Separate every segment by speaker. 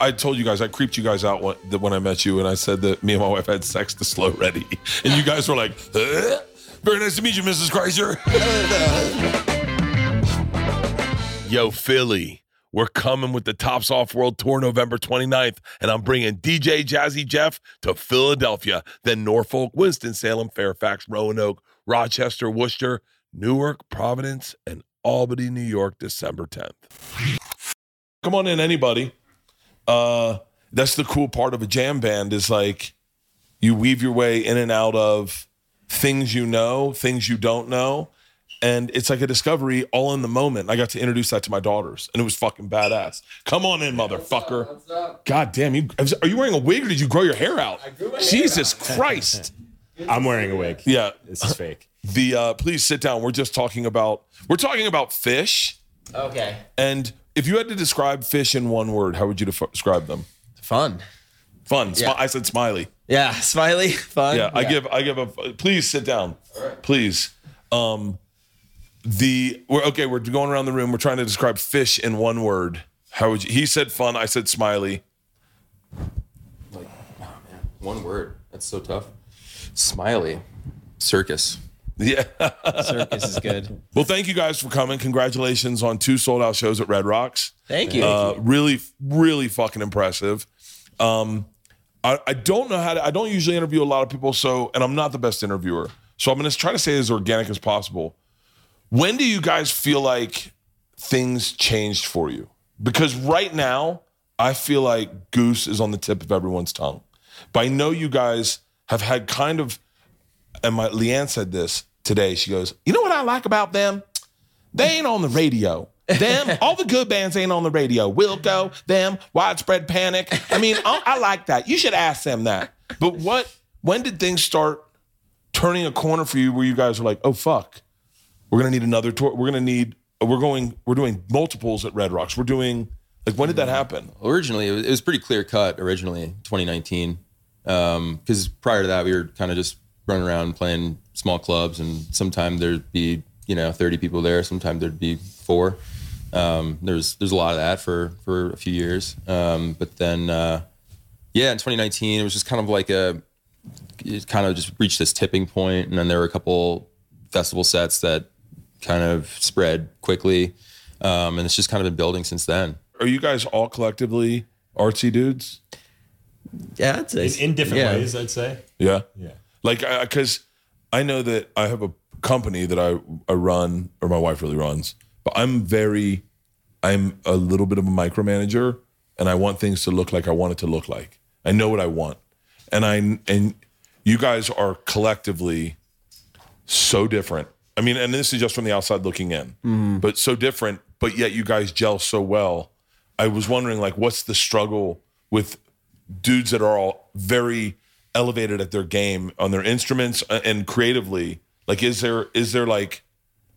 Speaker 1: I told you guys, I creeped you guys out when, that when I met you, and I said that me and my wife had sex to slow ready. And you guys were like, huh? very nice to meet you, Mrs. Kreiser. Yo, Philly, we're coming with the Tops Off World Tour November 29th, and I'm bringing DJ Jazzy Jeff to Philadelphia, then Norfolk, Winston-Salem, Fairfax, Roanoke, Rochester, Worcester, Newark, Providence, and Albany, New York, December 10th. Come on in, anybody uh, that's the cool part of a jam band is like you weave your way in and out of things you know, things you don't know. And it's like a discovery all in the moment. I got to introduce that to my daughters, and it was fucking badass. Come on in, motherfucker. What's up? What's up? God damn, you are you wearing a wig or did you grow your hair out? Hair Jesus out. Christ.
Speaker 2: I'm wearing a wig.
Speaker 1: Yeah.
Speaker 2: This is fake.
Speaker 1: The uh, please sit down. We're just talking about we're talking about fish.
Speaker 3: Okay.
Speaker 1: And if you had to describe fish in one word, how would you def- describe them?
Speaker 3: Fun.
Speaker 1: Fun. Smi- yeah. I said smiley.
Speaker 3: Yeah, smiley. Fun.
Speaker 1: Yeah, I yeah. give. I give a. Please sit down. Right. Please. Um, the we're okay. We're going around the room. We're trying to describe fish in one word. How would you? He said fun. I said smiley.
Speaker 4: Like, oh man, one word. That's so tough. Smiley. Circus.
Speaker 1: Yeah.
Speaker 3: Circus is good.
Speaker 1: Well, thank you guys for coming. Congratulations on two sold out shows at Red Rocks.
Speaker 3: Thank you.
Speaker 1: Uh,
Speaker 3: thank
Speaker 1: you. Really, really fucking impressive. Um, I, I, don't know how to, I don't usually interview a lot of people, so, and I'm not the best interviewer. So I'm going to try to say as organic as possible. When do you guys feel like things changed for you? Because right now, I feel like goose is on the tip of everyone's tongue. But I know you guys have had kind of, and my Leanne said this today. She goes, "You know what I like about them? They ain't on the radio. Them, all the good bands ain't on the radio. Wilco, them, Widespread Panic. I mean, I, I like that. You should ask them that. But what? When did things start turning a corner for you, where you guys were like, "Oh fuck, we're gonna need another tour. We're gonna need. We're going. We're doing multiples at Red Rocks. We're doing." Like when did that happen?
Speaker 4: Originally, it was, it was pretty clear cut. Originally, 2019, because um, prior to that, we were kind of just run around playing small clubs and sometimes there'd be you know 30 people there sometimes there'd be four um, there's there's a lot of that for for a few years um, but then uh, yeah in 2019 it was just kind of like a it kind of just reached this tipping point and then there were a couple festival sets that kind of spread quickly um, and it's just kind of been building since then
Speaker 1: are you guys all collectively artsy dudes
Speaker 3: yeah I'd say,
Speaker 2: in, in different yeah. ways i'd say
Speaker 1: yeah
Speaker 2: yeah
Speaker 1: like because I, I, know that i have a company that I, I run or my wife really runs but i'm very i'm a little bit of a micromanager and i want things to look like i want it to look like i know what i want and i and you guys are collectively so different i mean and this is just from the outside looking in mm-hmm. but so different but yet you guys gel so well i was wondering like what's the struggle with dudes that are all very elevated at their game on their instruments uh, and creatively like is there is there like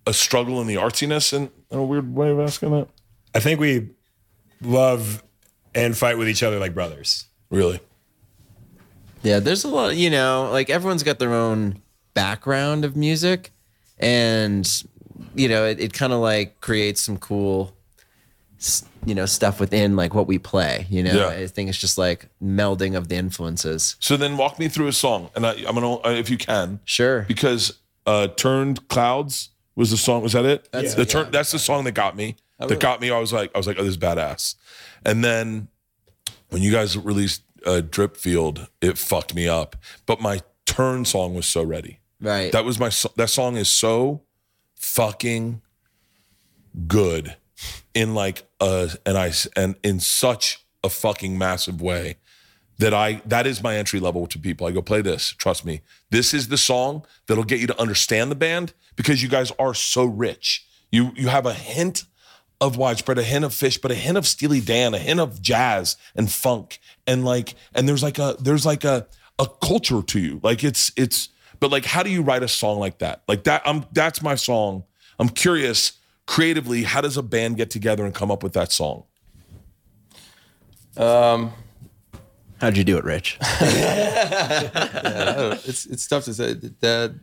Speaker 1: a struggle in the artsiness in, in a weird way of asking that
Speaker 2: i think we love and fight with each other like brothers
Speaker 1: really
Speaker 3: yeah there's a lot you know like everyone's got their own background of music and you know it, it kind of like creates some cool you know stuff within like what we play you know yeah. i think it's just like melding of the influences
Speaker 1: so then walk me through a song and I, am gonna uh, if you can
Speaker 3: sure
Speaker 1: because uh turned clouds was the song was that it that's yeah. the turn yeah. that's the song that got me that really? got me i was like i was like oh this is badass and then when you guys released uh, drip field it fucked me up but my turn song was so ready
Speaker 3: right
Speaker 1: that was my that song is so fucking good in like a and I and in such a fucking massive way that I that is my entry level to people. I go play this, trust me. This is the song that'll get you to understand the band because you guys are so rich. You you have a hint of widespread, a hint of fish, but a hint of Steely Dan, a hint of jazz and funk, and like, and there's like a there's like a a culture to you. Like it's it's, but like, how do you write a song like that? Like that, I'm that's my song. I'm curious creatively, how does a band get together and come up with that song?
Speaker 3: How'd you do it, Rich?
Speaker 4: it's it's tough to say that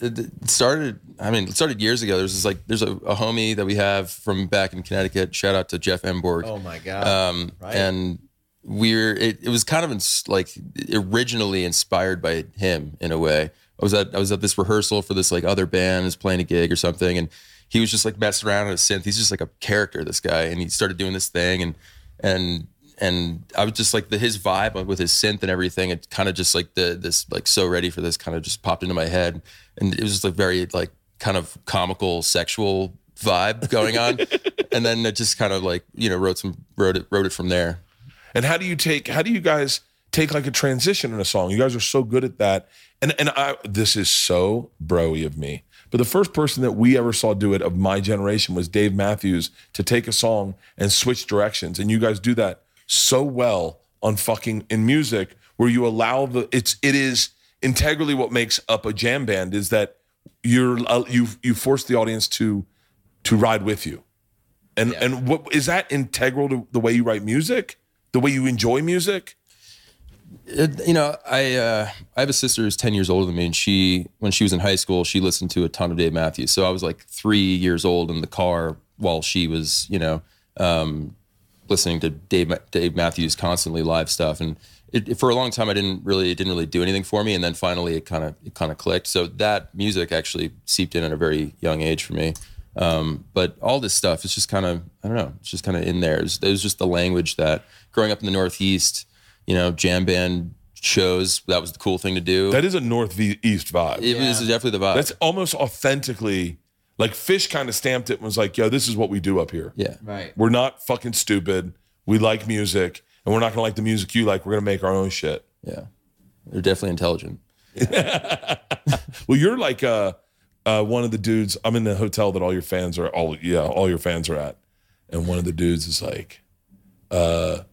Speaker 4: it started i mean it started years ago there's this like there's a, a homie that we have from back in connecticut shout out to jeff emborg
Speaker 3: Oh my god.
Speaker 4: um and we're it, it was kind of ins- like originally inspired by him in a way i was at i was at this rehearsal for this like other band is playing a gig or something and he was just like messing around on a synth he's just like a character this guy and he started doing this thing and and and i was just like the his vibe with his synth and everything it kind of just like the this like so ready for this kind of just popped into my head and it was just like very like kind of comical sexual vibe going on and then it just kind of like you know wrote some wrote it wrote it from there
Speaker 1: And how do you take how do you guys take like a transition in a song? You guys are so good at that. And and I this is so broy of me. But the first person that we ever saw do it of my generation was Dave Matthews to take a song and switch directions. And you guys do that so well on fucking in music where you allow the it's it is integrally what makes up a jam band is that you're uh, you you force the audience to to ride with you. And and what is that integral to the way you write music? The way you enjoy music?
Speaker 4: It- you know i uh, i have a sister who's 10 years older than me and she when she was in high school she listened to a ton of dave matthews so i was like three years old in the car while she was you know um listening to dave Ma- dave matthews constantly live stuff and it, it- for a long time i didn't really it didn't really do anything for me and then finally it kind of it kind of clicked so that music actually seeped in at a very young age for me Um, but all this stuff, it's just kind of, I don't know, it's just kind of in there. It was, it was just the language that growing up in the Northeast, you know, jam band shows, that was the cool thing to do.
Speaker 1: That is a northeast vibe.
Speaker 4: it was definitely the vibe.
Speaker 1: That's almost authentically like Fish kind of stamped it and was like, yo, this is what we do up here.
Speaker 4: yeah.
Speaker 3: right.
Speaker 1: We're not fucking stupid. We like music and we're not gonna like the music you like. We're gonna make our own shit.
Speaker 4: Yeah. They're definitely intelligent.
Speaker 1: Well, you're like uh, uh, one of the dudes. I'm in the hotel that all your fans are all yeah, all your fans are at, and one of the dudes is like, uh,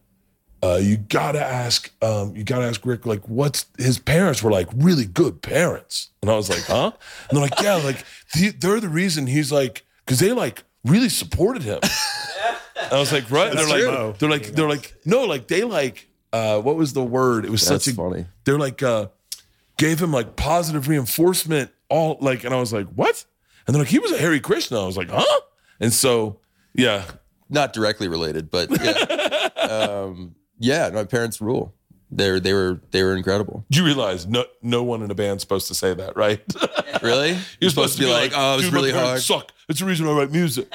Speaker 1: uh, you gotta ask, um, you gotta ask Rick like, what's his parents were like really good parents, and I was like, huh? And they're like, yeah, like the, they're the reason he's like, because they like really supported him. And I was like, right? And they're
Speaker 2: That's true.
Speaker 1: like, they're like, they're like, no, like they like, uh, what was the word? It was
Speaker 4: That's
Speaker 1: such a
Speaker 4: funny.
Speaker 1: they're like uh gave him like positive reinforcement all like and i was like what and they're like he was a hairy krishna i was like huh and so yeah
Speaker 4: Not directly related, but yeah. um, yeah, my parents rule. They're, they were, they were incredible.
Speaker 1: you realize no no one in a band's supposed to say that right
Speaker 4: Really? You're, supposed, to be like, oh, it was
Speaker 1: "Dude, my
Speaker 4: really hard.
Speaker 1: parents suck it's the reason i write music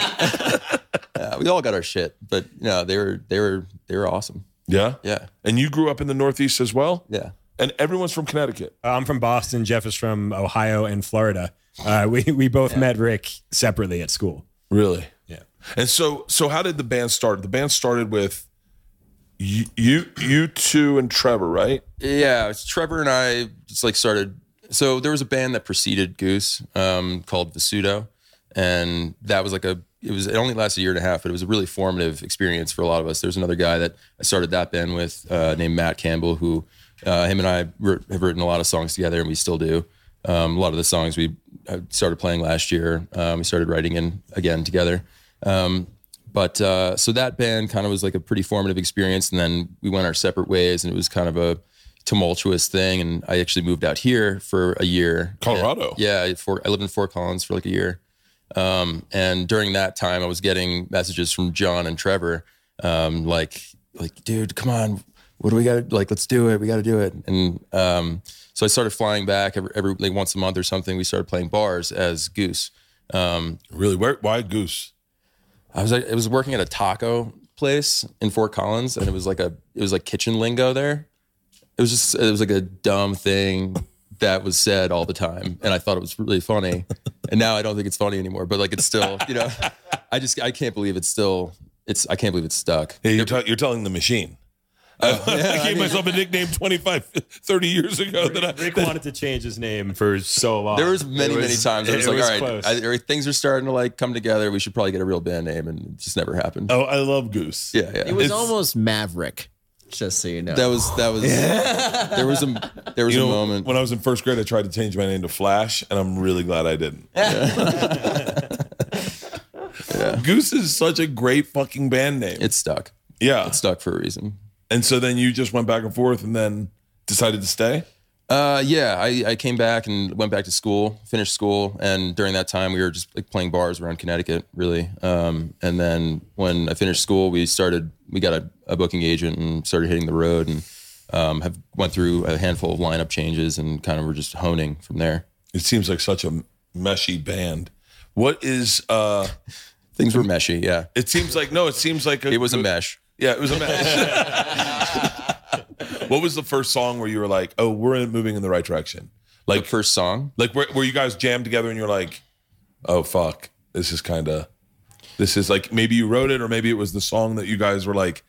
Speaker 4: Yeah, we all got our shit, but you know, they were, they were, they were awesome.
Speaker 1: yeah
Speaker 4: Yeah.
Speaker 1: and you grew up in the northeast as well
Speaker 4: Yeah.
Speaker 1: and everyone's from connecticut
Speaker 2: Uh, I'm from Boston. Jeff is from Ohio and Florida. Uh, we we both met Rick separately at school.
Speaker 1: really
Speaker 2: Yeah.
Speaker 1: and so so how did the band start the band started with you you, you two and trevor right
Speaker 4: Yeah, it's Trevor and I just like started. So there was a band that preceded Goose um, called Vesudo, and that was like a. It was it only lasted a year and a half, but it was a really formative experience for a lot of us. There's another guy that I started that band with uh, named Matt Campbell, who uh, him and I wr- have written a lot of songs together, and we still do. Um, a lot of the songs we uh, started playing last year, um, we started writing in again together. Um, but uh, so that band kind of was like a pretty formative experience, and then we went our separate ways, and it was kind of a tumultuous thing. And I actually moved out here for a year,
Speaker 1: Colorado.
Speaker 4: Yeah, I- for, I lived in Fort Collins for like a year, um, and during that time, I was getting messages from John and Trevor, um, like, like, dude, come on, what do we got? to Like, let's do it. We got to do it. And um, so I started flying back every, every like once a month or something. We started playing bars as Goose. Um,
Speaker 1: really where why goose
Speaker 4: I was like, I was working at a taco place in Fort Collins, and it was like a it was like kitchen lingo there. It was just it was like a dumb thing that was said all the time, and I thought it was really funny. And now I don't think it's funny anymore, but like it's still you know, I just I can't believe it's still it's I can't believe it's stuck.
Speaker 1: yeah, you're, tell- you're telling the machine
Speaker 4: Oh,
Speaker 1: I gave myself a nickname 25, 30 years ago that I,
Speaker 2: Rick wanted to change his name for so long.
Speaker 4: There was many,
Speaker 2: It
Speaker 4: many times I was
Speaker 2: it
Speaker 4: like, all right,
Speaker 2: close.
Speaker 4: I- I- things are starting to like come together. We should probably get a real band name, and it just never happened.
Speaker 1: oh, I love Goose.
Speaker 4: Yeah, yeah.
Speaker 3: It was
Speaker 1: It's-
Speaker 3: almost Maverick, just so you know.
Speaker 4: that was that was there was a there was
Speaker 1: You
Speaker 4: a
Speaker 1: know,
Speaker 4: moment.
Speaker 1: when I was in first grade, I tried to change my name to Flash, and I'm really glad I didn't. Goose is such a great fucking band name.
Speaker 4: it stuck.
Speaker 1: yeah.
Speaker 4: It stuck for a reason.
Speaker 1: and so then you just went back and forth and then decided to stay?
Speaker 4: Uh, yeah, I, I came back and went back to school, finished school, and during that time we were just like playing bars around Connecticut, really. Um, and then when I finished school, we started we got a, a booking agent and started hitting the road and um, have went through a handful of lineup changes and kind of were just honing from there.
Speaker 1: It seems like such a meshy band. What is uh
Speaker 4: Things were meshy, yeah.
Speaker 1: it seems like no, it seems like a,
Speaker 4: It was a mesh.
Speaker 1: Yeah, it was a mess. what was the first song where you were like, "Oh, we're in- moving in the right direction"?
Speaker 4: Like
Speaker 1: Like,
Speaker 4: first song,
Speaker 1: like where, where you guys jammed together and you're like, "Oh fuck, this is kind of, this is like maybe you wrote it or maybe it was the song that you guys were like,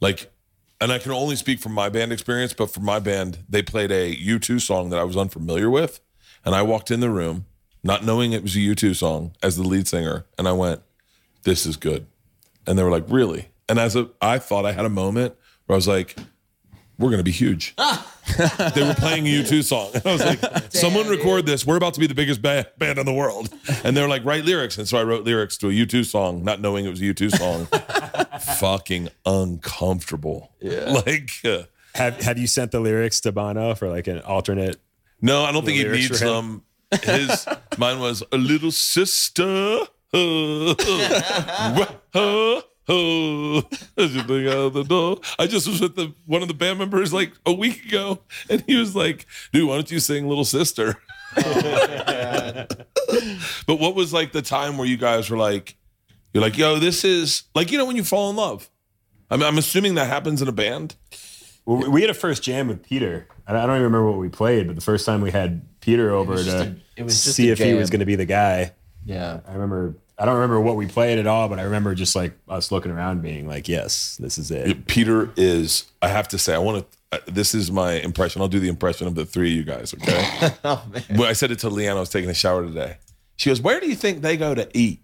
Speaker 1: like." And I can only speak from my band experience, but for my band, they played a U2 song that I was unfamiliar with, and I walked in the room not knowing it was a U2 song as the lead singer, and I went, "This is good." And they were like, really? And as a, I thought I had a moment where I was like, we're going to be huge. they were playing a U2 song. And I was like, someone record this. We're about to be the biggest ba- band in the world. And they were like, write lyrics. And so I wrote lyrics to a U2 song, not knowing it was a U2 song. Fucking uncomfortable. Yeah. Like, uh,
Speaker 2: Have Have you sent the lyrics to Bono for like an alternate?
Speaker 1: no, I don't think he
Speaker 2: lyrics
Speaker 1: needs
Speaker 2: for
Speaker 1: them. His mine was a little sister. uh, uh, uh, uh, As you think out the door, I just was with the one of the band members like a week ago, and he was like, "Dude, why don't you sing Little Sister?" but what was like the time where you guys were like, "You're like, yo, this is like you know when you fall in love." I mean, I'm assuming that happens in a band.
Speaker 2: Well, we- we had a first jam with Peter. I I don't even remember what we played, but the first time we had Peter over
Speaker 3: was
Speaker 2: to
Speaker 3: just a- it was just
Speaker 2: see
Speaker 3: a
Speaker 2: if he was
Speaker 3: jam.
Speaker 2: going to be the guy.
Speaker 3: yeah.
Speaker 2: I remember. I don't remember what we played at all, but I remember just like us looking around, being like, "Yes, this is it."
Speaker 1: Peter is, I have to say, I want to, this is my impression. I'll do the impression of the three of you guys, okay? When I said it to Leanne, I was taking a shower today. She goes, Where do you think they go to eat?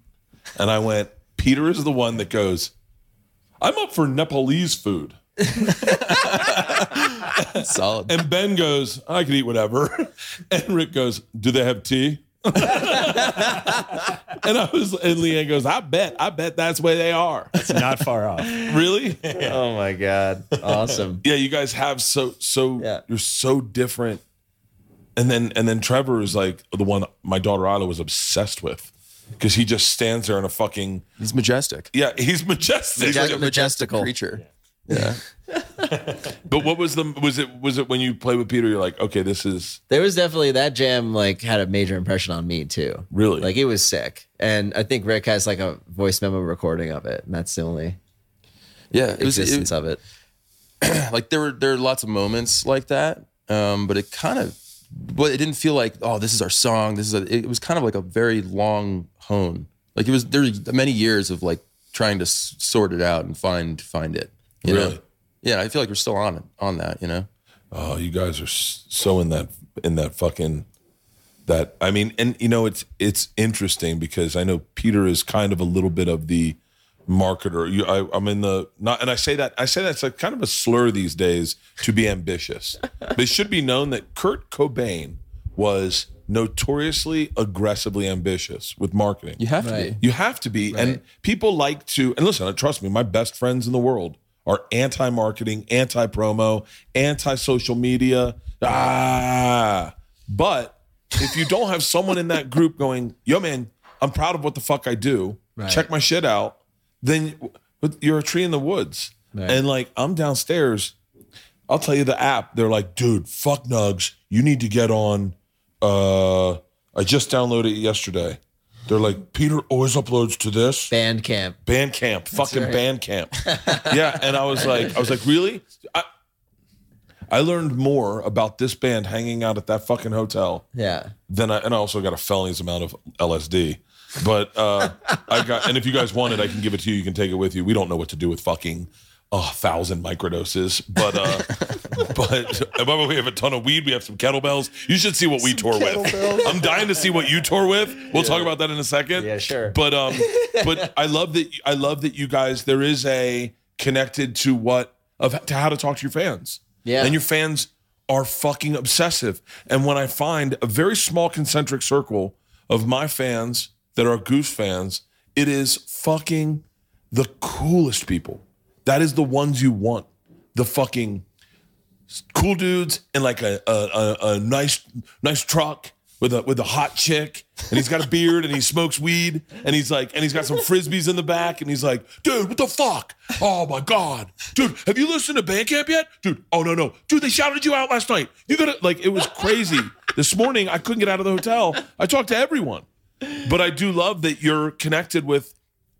Speaker 1: And I went, Peter is the one that goes, I'm up for Nepalese food.
Speaker 4: solid.
Speaker 1: And Ben goes, I could eat whatever. And Rick goes, Do they have tea? and I was, and Leanne goes, I bet, I bet that's where they are.
Speaker 2: It's not far off.
Speaker 1: really?
Speaker 3: Oh my god. Awesome.
Speaker 1: yeah, you guys have so so
Speaker 3: Yeah.
Speaker 1: you're so different. And then and then Trevor is like the one my daughter Isla was obsessed with. Because he just stands there in a fucking
Speaker 4: He's majestic.
Speaker 1: yeah, he's majestic.
Speaker 4: He's like a majestic creature.
Speaker 1: but what was the was it was it when you play with Peter? You're like, okay, this is
Speaker 3: There was definitely that jam like had a major impression on me too.
Speaker 1: really
Speaker 3: Like it was sick. And I think Rick has like a voice memo recording of it. And that's the only
Speaker 4: Yeah, it was. it-
Speaker 3: existence of it.
Speaker 4: like there were there are lots of moments like that um but it kind of but it didn't feel like oh this is our song this is a, it was kind of like a very long hone like it was there's many years of like trying to s- sort it out and find find it you know?
Speaker 1: Really?
Speaker 4: yeah i feel like we're still on it on that you know
Speaker 1: Oh, you guys are s- so in that in that fucking that. I mean, and you know, it's it's interesting because I know Peter is kind of a little bit of the marketer. You, I, I'm in the not, and I say that I say that's like kind of a slur these days to be ambitious. but it should be known that Kurt Cobain was notoriously aggressively ambitious with marketing.
Speaker 4: you have to
Speaker 3: Right.
Speaker 4: be
Speaker 1: You have to be. And people like to, and listen, uh, trust me, my best friends in the world are anti marketing, anti promo, anti social media. Ah. But if you don't have someone in that group going, yo, man, I'm proud of what the fuck I do, check my shit out, then you're a tree in the woods. And like, I'm downstairs. I'll tell you the app. They're like, dude, fuck Nugs. You need to get on. Uh, I just downloaded it yesterday. They're like, Peter always uploads to this
Speaker 3: Band camp.
Speaker 1: Bandcamp, fucking Bandcamp. yeah, and I was like, I was like, really? I, I learned more about this band hanging out at that fucking hotel
Speaker 3: Yeah.
Speaker 1: than I, and I also got a felonious amount of LSD. But uh, I got, and if you guys want it, I can give it to you. You can take it with you. We don't know what to do with fucking a thousand microdoses, but uh, but by the way, we have a ton of weed. We have some kettlebells. You should see what we tore with. I'm dying to see what you tore with. We'll talk about that in a second.
Speaker 3: Yeah, sure.
Speaker 1: But um, but I love that I love that you guys. There is a connected to what of to how to talk to your fans.
Speaker 3: Yeah.
Speaker 1: and your fans are fucking obsessive. And when I find a very small concentric circle of my fans that are Goose fans, it is fucking the coolest people. That is the ones you want. The fucking cool dudes in like a a, a, a nice nice truck with a with a hot chick, and he's got a beard and he smokes weed, and he's like, and he's got some frisbees in the back, and he's like, dude, what the fuck? Oh my god, dude, have you listened to Bandcamp yet, dude? Oh no no, dude, they shouted you out last night. You gotta like, it was crazy. this morning I couldn't get out of the hotel. I talked to everyone, but I do love that you're connected with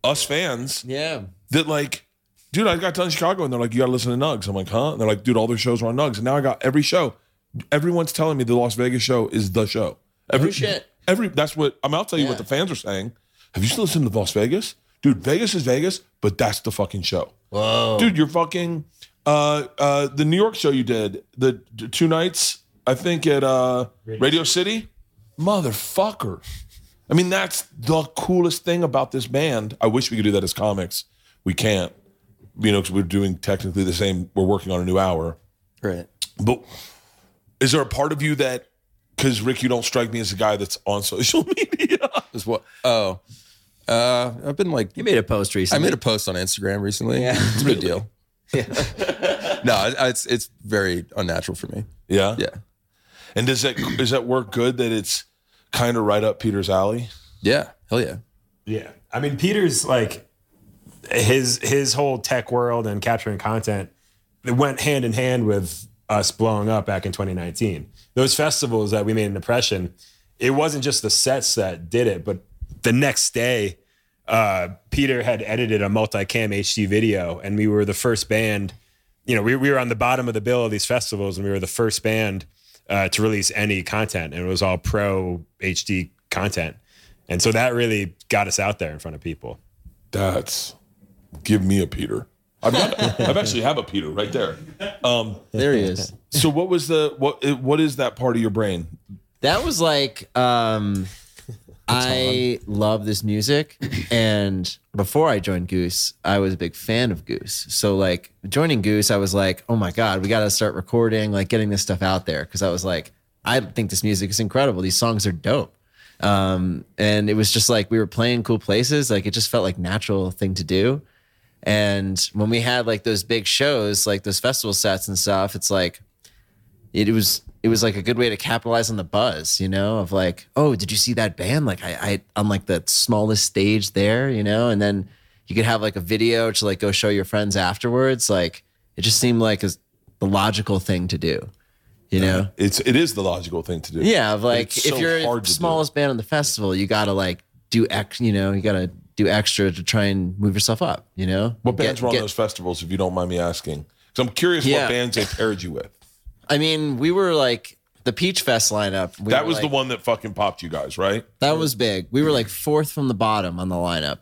Speaker 1: us fans
Speaker 3: Yeah.
Speaker 1: that like, dude, I got done in Chicago and they're like, you gotta listen to Nugs. I'm like, huh? And they're like, dude, all their shows are on Nugs. And now I got every show. Everyone's telling me the Las Vegas show is the show. Every
Speaker 3: Oh, shit.
Speaker 1: Every that's what I'm. I'll tell you what
Speaker 3: Yeah.
Speaker 1: the fans are saying. Have you still listened to Las Vegas, dude? Vegas is Vegas, but that's the fucking show,
Speaker 3: Whoa.
Speaker 1: dude. You're fucking. Uh, uh, the New York show you did the, the two nights, I think at uh Radio City, motherfucker. I mean, that's the coolest thing about this band. I wish we could do that as comics. We can't, you know, because we're doing technically the same. We're working on a new hour.
Speaker 4: Right.
Speaker 1: But is there a part of you that, because Rick, you don't strike me as a guy that's on social media?
Speaker 4: Is what? Oh, uh, I've been like,
Speaker 3: You made a post
Speaker 4: I
Speaker 3: recently.
Speaker 4: made a post on Instagram recently.
Speaker 3: Yeah.
Speaker 4: it's a big deal. Yeah. no, I- I- it's it's very unnatural for me.
Speaker 1: Yeah.
Speaker 4: Yeah.
Speaker 1: And does that does that work good that it's kind of right up Peter's alley?
Speaker 4: Yeah. Hell yeah.
Speaker 2: Yeah. I mean, Peter's like his his whole tech world and capturing content it went hand in hand with us blowing up back in 2019. Those festivals that we made an impression, it wasn't just the sets that did it, but the next day, uh, Peter had edited a multi-cam HD video, and we were the first band. You know, we, we were on the bottom of the bill of these festivals, and we were the first band uh, to release any content, and it was all pro HD content. And so that really got us out there in front of people.
Speaker 1: That's give me a Peter. I've got, I've actually have a Peter right there.
Speaker 3: there he is.
Speaker 1: So what was the what what is that part of your brain?
Speaker 3: That was like, um, I love this music. And before I joined Goose, I was a big fan of Goose. So, like, joining Goose, I was like, oh my God, we got to start recording, like, getting this stuff out there. Cause I was like, I think this music is incredible. These songs are dope. Um, and it was just like, we were playing cool places. Like, it just felt like natural thing to do. And when we had like those big shows, like those festival sets and stuff, it's like, it, was it was like a good way to capitalize on the buzz, you know, of like, oh, did you see that band? Like I, I on like the smallest stage there, you know, and then you could have like a video to like go show your friends afterwards. Like it just seemed like a, the logical thing to do, you know.
Speaker 1: It's it is the logical thing to do.
Speaker 3: Yeah, of
Speaker 1: But
Speaker 3: like
Speaker 1: Uh-huh. it's
Speaker 3: if
Speaker 1: so
Speaker 3: you're
Speaker 1: hard to do.
Speaker 3: smallest band on the festival, you gotta like do ex, you know, you gotta do extra to try and move yourself up, you know.
Speaker 1: What bands
Speaker 3: Get-
Speaker 1: were on
Speaker 3: get-
Speaker 1: those festivals, if you don't mind me asking? Because I'm curious
Speaker 3: Yeah.
Speaker 1: what bands they paired you with.
Speaker 3: I mean, we were like the Peach Fest lineup. we
Speaker 1: that
Speaker 3: were,
Speaker 1: was the
Speaker 3: like-
Speaker 1: one that fucking popped you guys, right?
Speaker 3: That was big. We were like fourth from the bottom on the lineup.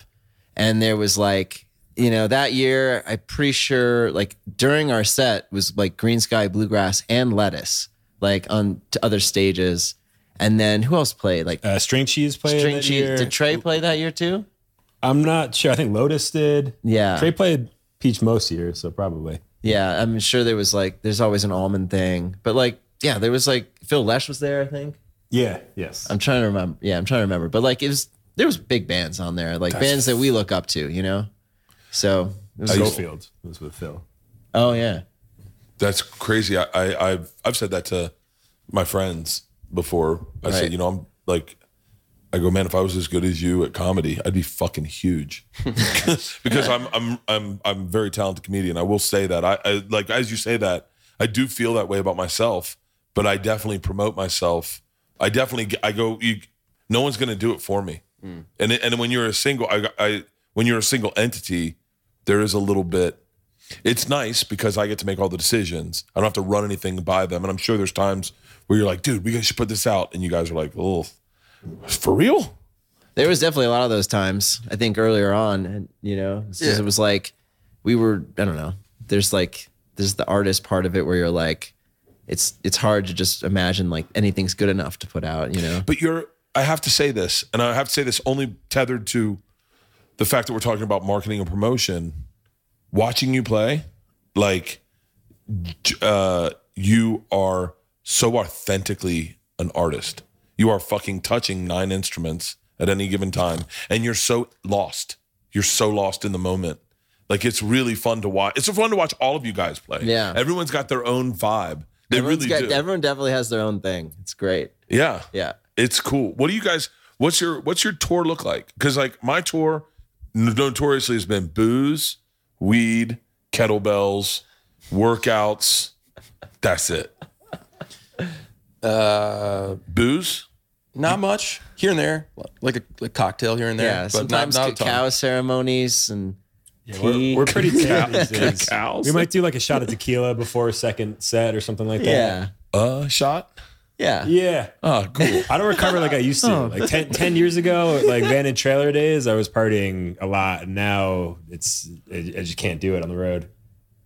Speaker 3: And there was like, you know, that year, I'm pretty sure like during our set was like Green Sky Bluegrass and Lettuce, like on to other stages. And then who else played? Like
Speaker 2: Uh, String Cheese played
Speaker 3: String
Speaker 2: that
Speaker 3: Cheese.
Speaker 2: year.
Speaker 3: Did Trey play that year too?
Speaker 2: I'm not sure. I think Lotus did.
Speaker 3: Yeah.
Speaker 2: Trey played Peach most years, so probably.
Speaker 3: Yeah. I'm sure there was like, there's always an almond thing. But like, yeah, there was like Phil Lesh was there, I think.
Speaker 2: Yeah. Yes.
Speaker 3: I'm trying to remember. Yeah, I'm trying to remember. But like, it was, there was big bands on there, like bands that we look up to, you know? So, it
Speaker 2: Oh,
Speaker 3: was,
Speaker 2: Schofield was with Phil.
Speaker 3: oh, yeah.
Speaker 1: That's crazy. I, I I've I've said that to my friends before. I
Speaker 3: Right.
Speaker 1: said, you know, I'm like, I go, man, if I was as good as you at comedy, I'd be fucking huge. because I'm I'm I'm I'm a very talented comedian. I will say that. I, I like as you say that, I do feel that way about myself. But I definitely promote myself. I definitely g- I go. You, no one's going to do it for me. And it- and when you're a single, I, I when you're a single entity, there is a little bit it's nice because I get to make all the decisions. I don't have to run anything by them. And I'm sure there's times where you're like, dude, we guys should put this out. And you guys are like, oh, for real?
Speaker 3: There was definitely a lot of those times. I think earlier on, and you know, it's just-
Speaker 4: Yeah.
Speaker 3: it was like we were. I don't know. there's like there's the artist part of it where you're like it's it's hard to just imagine like anything's good enough to put out, you know.
Speaker 1: But you're, I have to say this, and I have to say this only tethered to the fact that we're talking about marketing and promotion. Watching you play, like, j- uh, you are so authentically an artist. You are fucking touching nine instruments at any given time, and you're so lost. You're so lost in the moment. Like it's really fun to watch. It's so fun to watch all of you guys play.
Speaker 3: Yeah.
Speaker 1: everyone's got their own vibe. They
Speaker 3: Everyone's
Speaker 1: really
Speaker 3: got-
Speaker 1: do.
Speaker 3: everyone definitely has their own thing. It's great.
Speaker 1: yeah,
Speaker 3: Yeah.
Speaker 1: it's cool. What do you guys? What's your What's your tour look like? Because like my tour n- notoriously has been booze, weed, kettlebells, workouts. That's it.
Speaker 4: Uh,
Speaker 1: Booze.
Speaker 4: not much here and there, like a, like cocktail here and there.
Speaker 3: Yeah,
Speaker 4: but
Speaker 3: sometimes
Speaker 4: not, not a ton.
Speaker 3: cacao ceremonies and
Speaker 2: Yeah, we're, we're pretty tired these days.
Speaker 1: Cows.
Speaker 2: We might do like a shot of tequila before a second set or something like that.
Speaker 3: yeah.
Speaker 1: uh, shot.
Speaker 3: Yeah.
Speaker 2: Yeah.
Speaker 1: Oh, cool.
Speaker 2: I don't recover like I used to. Like 10, 10 years ago, like van and trailer days, I was partying a lot. And now it's, I I just can't do it on the road.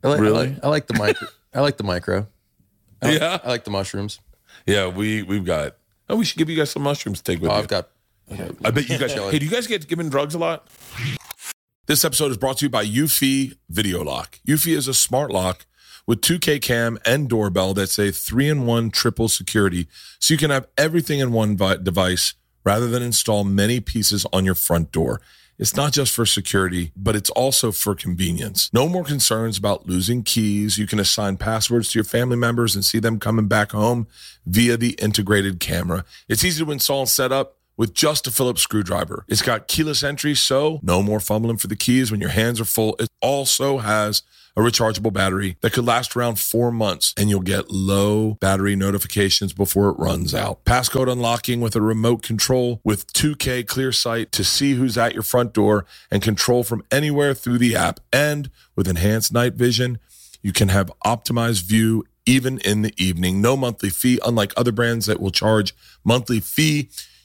Speaker 4: I like,
Speaker 1: Really?
Speaker 4: I like, I like the micro. I like the micro. I like,
Speaker 1: Yeah.
Speaker 4: I like the mushrooms.
Speaker 1: yeah, we we've got. Oh, we should give you guys some mushrooms to take with
Speaker 4: Oh,
Speaker 1: you.
Speaker 4: I've got
Speaker 1: I bet you guys. hey, do you guys get given drugs a lot? This episode is brought to you by Eufy Video Lock. Eufy is a smart lock with 2K cam and doorbell that's a three-in-one triple security, so you can have everything in one vi- device rather than install many pieces on your front door. It's not just for security, but it's also for convenience. No more concerns about losing keys. You can assign passwords to your family members and see them coming back home via the integrated camera. It's easy to install and set up with just a Phillips screwdriver. It's got keyless entry, so no more fumbling for the keys when your hands are full. It also has a rechargeable battery that could last around four months, and you'll get low battery notifications before it runs out. Passcode unlocking with a remote control with 2K clear sight to see who's at your front door and control from anywhere through the app. And with enhanced night vision, you can have optimized view even in the evening. No monthly fee, unlike other brands that will charge monthly fee.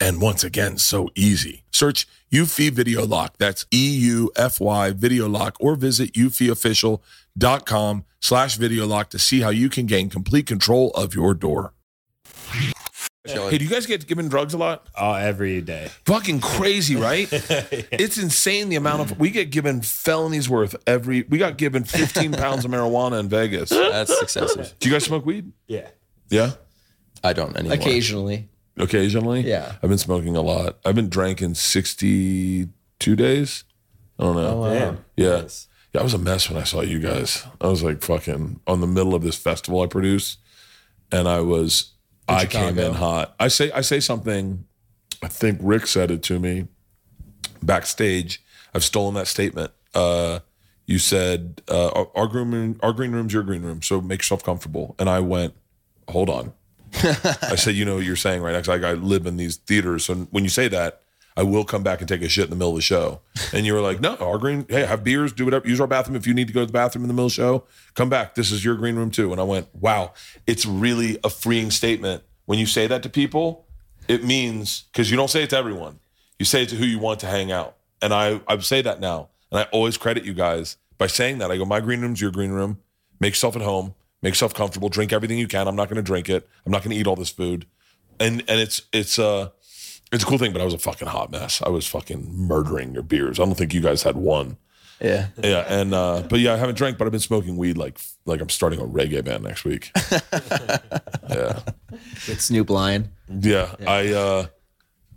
Speaker 1: and once again, so easy. Search Eufy Video Lock. That's E U F Y Video Lock, or visit eufyofficial.com slash video lock to see how you can gain complete control of your door. Hey, do you guys get given drugs a lot?
Speaker 2: All every day.
Speaker 1: Fucking crazy, right? It's insane the amount of we get given felonies worth every. We got given 15 pounds of marijuana in Vegas. Do
Speaker 4: that's excessive.
Speaker 1: you guys smoke weed?
Speaker 2: Yeah.
Speaker 1: Yeah.
Speaker 4: I don't anymore.
Speaker 3: Occasionally.
Speaker 1: occasionally.
Speaker 3: Yeah.
Speaker 1: I've been smoking a lot. I've been drinking 62 days. I don't know.
Speaker 2: Damn.
Speaker 1: yeah. Yeah, I was a mess when I saw you guys. I was like fucking on the middle of this festival I produce and I was I came in hot. I say I say something I think Rick said it to me backstage. I've stolen that statement. Uh you said uh, our, our green our green room's your green room, so make yourself comfortable. And I went, hold on. I said, you know what you're saying right now. 'cause, Like I live in these theaters, so when you say that, I will come back and take a shit in the middle of the show. And you were like, no, our green, hey, have beers, do whatever, use our bathroom if you need to go to the bathroom in the middle of the show. Come back. This is your green room too. And I went, wow, it's really a freeing statement when you say that to people. It means because you don't say it to everyone, you say it to who you want to hang out. And I I say that now, and I always credit you guys by saying that. I go, my green room's your green room. Make yourself at home. Make yourself comfortable. Drink everything you can. I'm not going to drink it. I'm not going to eat all this food. And and it's it's uh it's a cool thing. But I was a fucking hot mess. I was fucking murdering your beers. I don't think you guys had one.
Speaker 3: Yeah.
Speaker 1: Yeah. And uh but yeah, I haven't drank, but I've been smoking weed like like I'm starting a reggae band next week. yeah.
Speaker 3: With Snoop Lion.
Speaker 1: Yeah, I. uh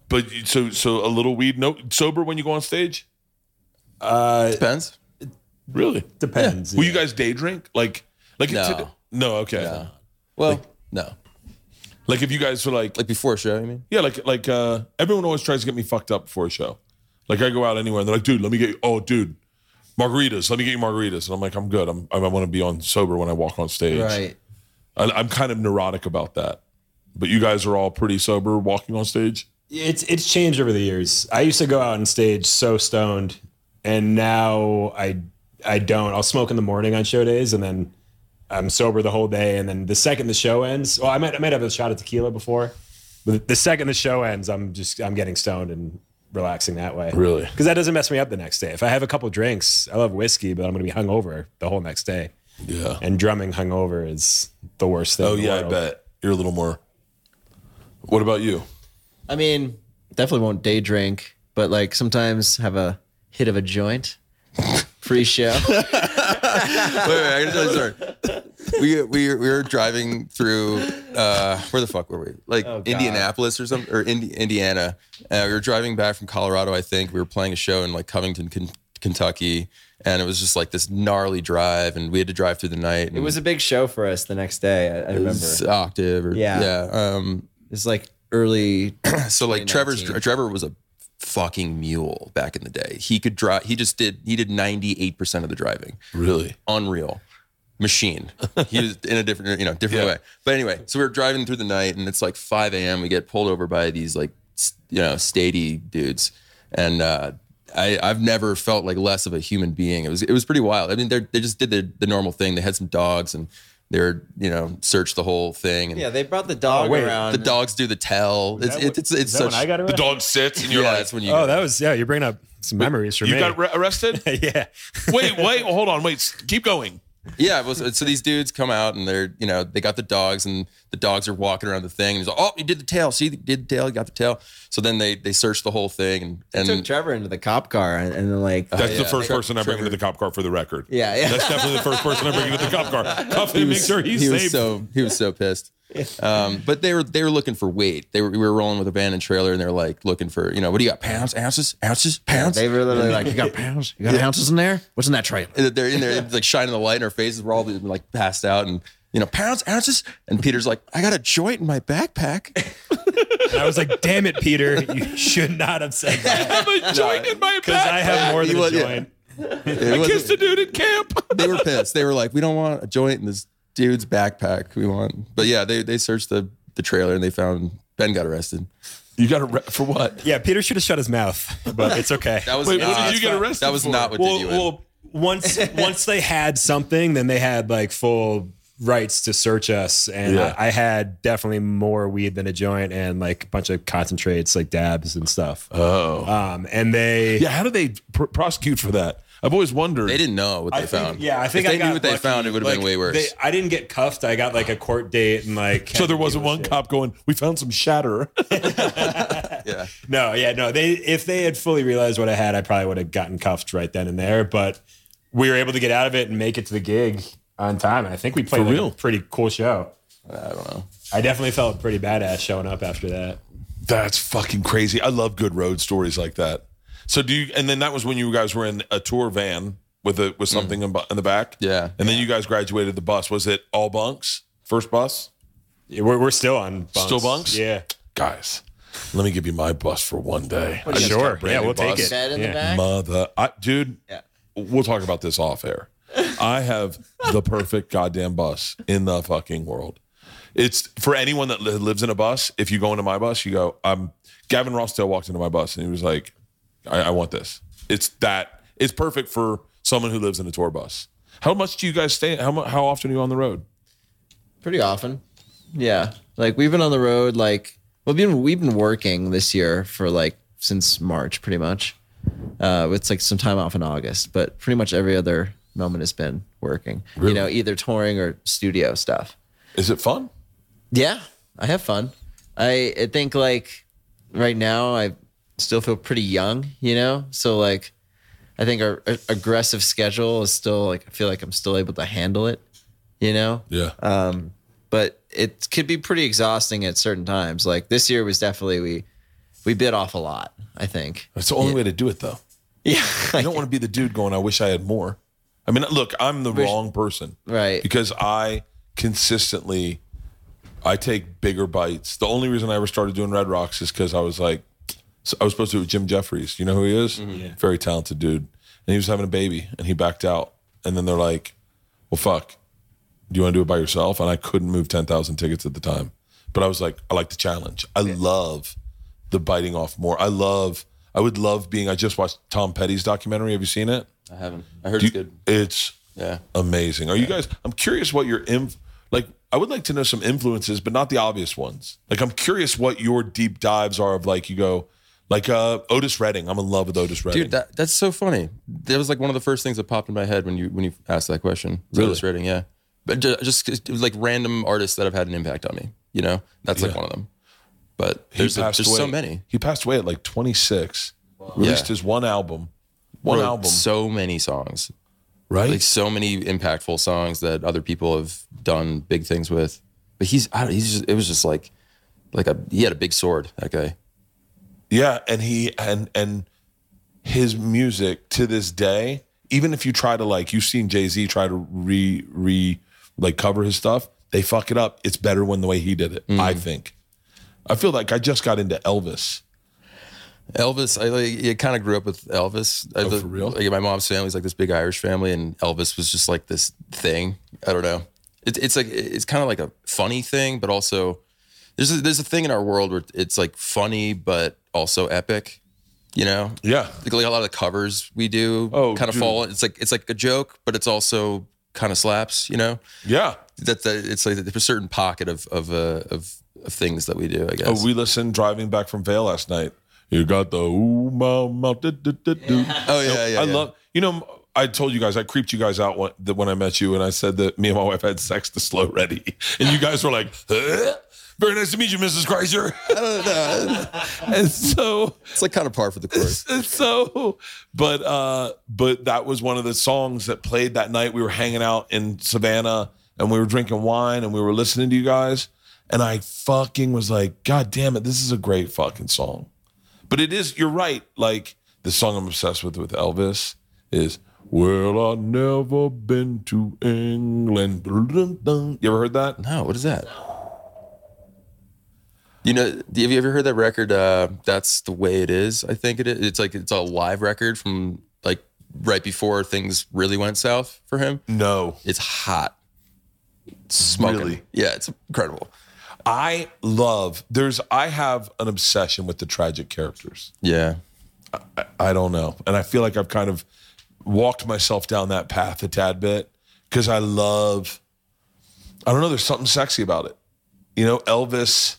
Speaker 1: But so so a little weed, no sober when you go on stage.
Speaker 2: Uh,
Speaker 4: Depends.
Speaker 1: Really?
Speaker 2: depends.
Speaker 1: Will you guys day drink? Like like
Speaker 4: No.
Speaker 1: today- no okay.
Speaker 4: Well, no.
Speaker 1: Like if you guys were like
Speaker 4: Like before a show, you mean?
Speaker 1: yeah like like uh everyone always tries to get me fucked up before a show. Like I go out anywhere and they're like, dude, let me get you. Oh, dude. Margaritas. Let me get you margaritas, and I'm like, I'm good. I'm, I want to be on sober when I walk on stage.
Speaker 3: Right.
Speaker 1: I, I'm kind of neurotic about that. But you guys are all pretty sober walking on stage.
Speaker 2: It's it's changed over the years. I used to go out on stage so stoned, and now I I don't. I'll smoke in the morning on show days, and then I'm sober the whole day. And then the second the show ends, well, I might I might have a shot of tequila before, but the second the show ends, I'm just I'm getting stoned and relaxing that way.
Speaker 1: Really?
Speaker 2: Because that doesn't mess me up the next day. If I have a couple drinks, I love whiskey, but I'm going to be hungover the whole next day.
Speaker 1: Yeah.
Speaker 2: And drumming hungover is the worst thing.
Speaker 1: Oh
Speaker 2: in the
Speaker 1: yeah, I
Speaker 2: world.
Speaker 1: bet you're a little more. What about you?
Speaker 3: I mean, definitely won't day drink, but like sometimes have a hit of a joint pre show.
Speaker 4: wait, wait, I gotta tell you a story. We, we, we were driving through, uh, where the fuck were we? Like Indianapolis or something, or Indi- Indiana. Uh, we were driving back from Colorado, I think. We were playing a show in like Covington, Ken- Kentucky. And it was just like this gnarly drive, and we had to drive through the night. And
Speaker 3: it was a big show for us the next day. I, I remember.
Speaker 4: It's octave or
Speaker 3: Yeah.
Speaker 4: yeah um
Speaker 3: It's like early.
Speaker 4: so like trevor's
Speaker 3: 2019.
Speaker 4: trevor was a fucking mule back in the day he could drive he just did he did 98% of the driving
Speaker 1: Really?
Speaker 4: unreal machine he was in a different you know different way but anyway so we we're driving through the night and it's like 5 a.m we get pulled over by these like s- you know statey dudes and uh I, I've never felt like less of a human being. It was it was pretty wild. I mean, they they just did the, the normal thing. They had some dogs and they were you know searched the whole thing. And
Speaker 3: Yeah, they brought the dog
Speaker 2: wait.
Speaker 3: around.
Speaker 4: the dogs do the tell. It's
Speaker 2: That
Speaker 4: it's it's, it's
Speaker 2: is that
Speaker 4: such.
Speaker 2: when I got
Speaker 1: The
Speaker 2: arrested?
Speaker 1: dog sits and you're
Speaker 4: yeah,
Speaker 1: like,
Speaker 4: that's when you.
Speaker 2: Oh, that was yeah. You're bringing up some memories for
Speaker 1: you
Speaker 2: me.
Speaker 1: got re- arrested?
Speaker 2: yeah.
Speaker 1: wait, wait, hold on, wait, s- keep going.
Speaker 4: yeah. It was, so these dudes come out and they're you know they got the dogs and the dogs are walking around the thing and it's like oh you did the tail see you did the tail you got the tail so then they they search the whole thing and
Speaker 3: took
Speaker 4: and
Speaker 3: Trevor into the cop car and, and then like
Speaker 1: That's the
Speaker 4: yeah.
Speaker 1: first
Speaker 4: Tre-
Speaker 1: person I bring
Speaker 4: Trevor.
Speaker 1: into the cop car for the record.
Speaker 3: yeah yeah
Speaker 1: That's definitely the first person I bring into the cop car. Cuff him, make sure he's
Speaker 4: he
Speaker 1: safe.
Speaker 4: was so he was so pissed. Um, but they were they were looking for weight. They were we were rolling with a van and trailer and they were like looking for you know what do you got pounds ounces ounces pounds.
Speaker 3: they were literally like you got pounds you got ounces in there what's in that trailer
Speaker 4: that they're in there like shining the light in our faces. We're all like passed out and you know pounds ounces. And Peter's like, I got a joint in my backpack.
Speaker 2: And I was like, damn it, Peter, you should not have said that.
Speaker 1: I'm a joint in my
Speaker 2: Because I
Speaker 1: back.
Speaker 2: have more than
Speaker 4: You
Speaker 2: a
Speaker 4: would, yeah.
Speaker 2: joint.
Speaker 4: It
Speaker 1: I
Speaker 4: wasn't-
Speaker 1: kissed a dude in camp.
Speaker 4: they were pissed. They were like, we don't want a joint in this dude's backpack. We want, but yeah, they they searched the the trailer and they found Ben got arrested.
Speaker 1: You got arrested for what?
Speaker 2: Yeah. Peter should have shut his mouth, but it's okay.
Speaker 4: That was
Speaker 1: Wait,
Speaker 4: not,
Speaker 1: what did you get arrested
Speaker 4: That was
Speaker 1: for?
Speaker 4: not what
Speaker 1: well,
Speaker 4: did you. in.
Speaker 1: well,
Speaker 2: once once they had something, then they had like full rights to search us. And
Speaker 1: Yeah.
Speaker 2: I, I had definitely more weed than a joint and like a bunch of concentrates, like dabs and stuff. Oh. Um, and they
Speaker 1: yeah, how do they pr- prosecute for that? I've always wondered.
Speaker 4: they didn't know what they
Speaker 2: I think-
Speaker 4: found.
Speaker 2: yeah, I think
Speaker 4: if
Speaker 2: I
Speaker 4: they
Speaker 2: got
Speaker 4: knew what they
Speaker 2: lucky.
Speaker 4: found, it would have
Speaker 2: Like,
Speaker 4: been way worse.
Speaker 2: they- I didn't get cuffed. I got like a court date and like.
Speaker 1: So there wasn't one cop going, we found some shatter.
Speaker 4: yeah,
Speaker 2: No, yeah, no. They if they had fully realized what I had, I probably would have gotten cuffed right then and there. But we were able to get out of it and make it to the gig on time. And I think we played like,
Speaker 1: real?
Speaker 2: a pretty cool show.
Speaker 4: I don't know.
Speaker 2: I definitely felt pretty badass showing up after that.
Speaker 1: That's fucking crazy. I love good road stories like that. So do you? And then that was when you guys were in a tour van with a with something in, bu- in the back.
Speaker 4: Yeah.
Speaker 1: And then you guys graduated the bus. Was it all bunks? First bus,
Speaker 2: Yeah, We're, we're still on bunks.
Speaker 1: Still bunks?
Speaker 2: Yeah,
Speaker 1: guys. Let me give you my bus for one day. I just
Speaker 2: sure.
Speaker 1: got brand
Speaker 2: Yeah,
Speaker 1: new
Speaker 2: we'll take
Speaker 1: bus.
Speaker 2: it.
Speaker 3: bed in
Speaker 2: yeah.
Speaker 3: the back
Speaker 1: Mother, I, dude.
Speaker 3: Yeah.
Speaker 1: We'll talk about this off air. I have the perfect goddamn bus in the fucking world. It's for anyone that li- lives in a bus. If you go into my bus, you go. Um, Gavin Rossdale walked into my bus and he was like, I, "I want this. It's that. It's perfect for someone who lives in a tour bus." How much do you guys stay? How mu- how often are you on the road?
Speaker 3: pretty often yeah like we've been on the road like we've been we've been working this year for like since March pretty much uh it's like some time off in August but pretty much every other moment has been working you know either touring or studio stuff
Speaker 1: Is it fun?
Speaker 3: Yeah, I have fun. I, I think like right now I still feel pretty young, you know? So like I think our, our aggressive schedule is still like I feel like I'm still able to handle it, you know?
Speaker 1: Yeah.
Speaker 3: But it could be pretty exhausting at certain times. Like this year was definitely we we bit off a lot, I think.
Speaker 1: It's the only way to do it, though.
Speaker 3: Yeah.
Speaker 1: I don't want to be the dude going, I wish I had more. I mean, look, I'm the wrong person.
Speaker 3: Right.
Speaker 1: Because I consistently I take bigger bites. The only reason I ever started doing Red Rocks is because I was like so I was supposed to do it with Jim Jeffries. You know who he is? Very talented dude. And he was having a baby and he backed out. And then they're like, Well fuck, do you want to do it by yourself? And I couldn't move ten thousand tickets at the time. But I was like, I like the challenge. I love the biting off more. I love. I would love being. I just watched Tom Petty's documentary. Have you seen it?
Speaker 4: I haven't. I heard
Speaker 1: Do
Speaker 4: it's
Speaker 1: you-
Speaker 4: good.
Speaker 1: It's
Speaker 4: Yeah.
Speaker 1: amazing. Are you guys? I'm curious what your inf- like. I would like to know some influences, but not the obvious ones. Like I'm curious what your deep dives are of like you go like uh Otis Redding. I'm in love with Otis Redding.
Speaker 4: Dude, that, that's so funny. That was like one of the first things that popped in my head when you when you asked that question. Was Otis Redding, yeah. But ju- just, it was like random artists that have had an impact on me. You know, that's like one of them. But
Speaker 1: he
Speaker 4: there's,
Speaker 1: passed
Speaker 4: there's
Speaker 1: away.
Speaker 4: so many.
Speaker 1: He passed away at like 26. Released
Speaker 4: Yeah.
Speaker 1: his one album. One
Speaker 4: Wrote
Speaker 1: album,
Speaker 4: So many songs.
Speaker 1: right?
Speaker 4: Like so many impactful songs that other people have done big things with. But he's I don't, he's just, it was just like like a he had a big sword that guy.
Speaker 1: Yeah, and he and and his music to this day, even if you try to like you've seen Jay-Z try to re re like cover his stuff, they fuck it up. It's better when the way he did it, I think. I feel like I just got into Elvis.
Speaker 4: Elvis, I like, yeah, kind of grew up with Elvis. I,
Speaker 1: Oh, for real?
Speaker 4: Like, my mom's family's like this big Irish family, and Elvis was just like this thing. I don't know. It, it's like it's kind of like a funny thing, but also there's a, there's a thing in our world where it's like funny but also epic. You know,
Speaker 1: Yeah.
Speaker 4: like, like a lot of the covers we do
Speaker 1: Oh,
Speaker 4: kind of
Speaker 1: dude.
Speaker 4: fall. It's like it's like a joke, but it's also kind of slaps. You know,
Speaker 1: Yeah.
Speaker 4: that's a, it's like there's a certain pocket of of uh, of of things that we do. I guess.
Speaker 1: Oh, we listened driving back from Vale last night. You got the ooh mama. da, da, da, do.
Speaker 4: oh yeah, yeah.
Speaker 1: I
Speaker 4: yeah.
Speaker 1: love you know I told you guys I creeped you guys out when, that when I met you and I said that me and my wife had sex to slow ready and you guys were like huh? very nice to meet you Mrs. Kreiser and so
Speaker 4: It's like kind of par for the course.
Speaker 1: and so but uh but that was one of the songs that played that night we were hanging out in Savannah and we were drinking wine and we were listening to you guys and I fucking was like god damn it this is a great fucking song but it is, you're right. Like the song I'm obsessed with with Elvis is Well, I've never been to England. You ever heard that?
Speaker 4: No, what is that? You know, have you ever heard that record? Uh, That's the way it is. I think it is. It's like it's a live record from like right before things really went south for him.
Speaker 1: No.
Speaker 4: It's hot, It's smoking.
Speaker 1: Really?
Speaker 4: Yeah, it's incredible.
Speaker 1: I love, there's, I have an obsession with the tragic characters.
Speaker 4: Yeah,
Speaker 1: I don't know. And I feel like I've kind of walked myself down that path a tad bit because I love, I don't know, there's something sexy about it. You know, Elvis,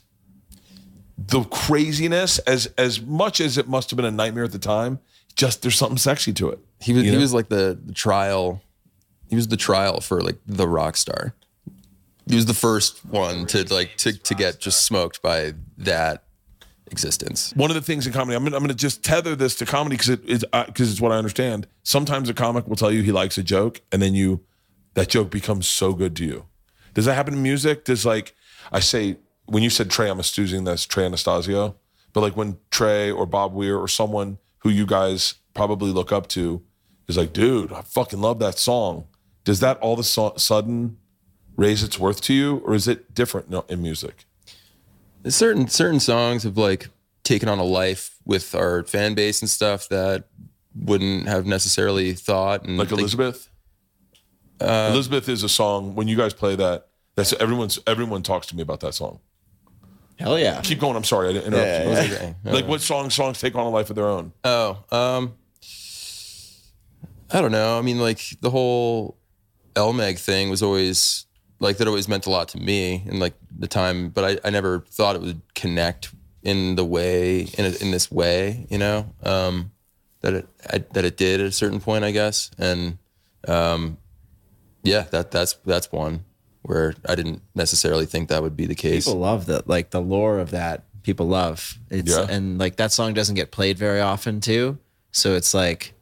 Speaker 1: the craziness, as as much as it must have been a nightmare at the time, just there's something sexy to it.
Speaker 4: he was.
Speaker 1: You
Speaker 4: He
Speaker 1: know?
Speaker 4: was like the, the trial. He was the trial for like the rock star. He was the first one to like to to get just smoked by that existence.
Speaker 1: One of the things in comedy, I'm gonna, I'm gonna just tether this to comedy because it is because it's what I understand. Sometimes a comic will tell you he likes a joke, and then you that joke becomes so good to you. Does that happen in music? Does like I say when you said Trey, I'm using that's Trey Anastasio, but like when Trey or Bob Weir or someone who you guys probably look up to is like, dude, I fucking love that song. Does that all of a su- sudden raise its worth to you, or is it different in- in music?
Speaker 4: certain certain songs have like taken on a life with our fan base and stuff that wouldn't have necessarily thought and
Speaker 1: like
Speaker 4: think-
Speaker 1: Elizabeth.
Speaker 3: Uh,
Speaker 1: Elizabeth is a song. When you guys play that, that's everyone's. Everyone talks to me about that song.
Speaker 3: Hell yeah.
Speaker 1: Keep going. I'm sorry, I didn't interrupt
Speaker 3: Yeah,
Speaker 1: you.
Speaker 3: yeah,
Speaker 1: Like what song? Songs take on a life of their own.
Speaker 4: oh um i don't know i mean like the whole elmeg thing was always like that always meant a lot to me and like the time but i, I never thought it would connect in the way in, a, in this way you know um that it I, that it did at a certain point i guess and um, yeah, that that's that's one where I didn't necessarily think that would be the case.
Speaker 3: People love that, like the lore of that. People love it's,
Speaker 1: Yeah.
Speaker 3: and like that song doesn't get played very often too. So it's like,